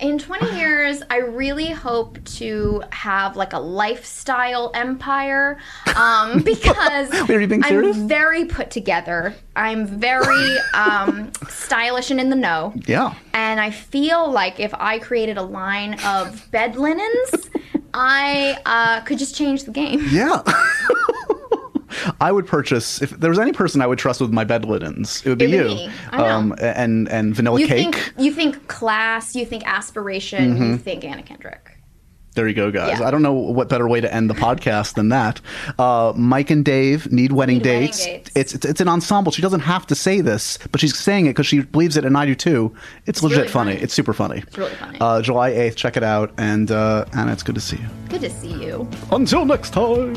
Speaker 3: in 20 years, I really hope to have like a lifestyle empire. Um, because
Speaker 1: Wait, are you being serious?
Speaker 3: I'm very put together. I'm very um, stylish and in the know.
Speaker 1: Yeah.
Speaker 3: And I feel like if I created a line of bed linens, I uh, could just change the game.
Speaker 1: Yeah. I would purchase if there was any person I would trust with my bed linens, it would be
Speaker 3: It would
Speaker 1: you.
Speaker 3: be me. I know.
Speaker 1: Um and and vanilla
Speaker 3: You
Speaker 1: cake.
Speaker 3: think you think class, you think aspiration, you think Anna Kendrick.
Speaker 1: There you go, guys.
Speaker 3: Yeah.
Speaker 1: I don't know what better way to end the podcast than that. Uh, Mike and Dave need wedding
Speaker 3: Need wedding
Speaker 1: dates.
Speaker 3: dates.
Speaker 1: It's, it's it's an ensemble. She doesn't have to say this, but she's saying it because she believes it, and I do too. It's, legit
Speaker 3: really
Speaker 1: funny.
Speaker 3: funny.
Speaker 1: It's super funny. It's
Speaker 3: really funny.
Speaker 1: Uh, July eighth. Check it out, and uh, Anna, it's good to see you.
Speaker 3: Good to see you.
Speaker 1: Until next time.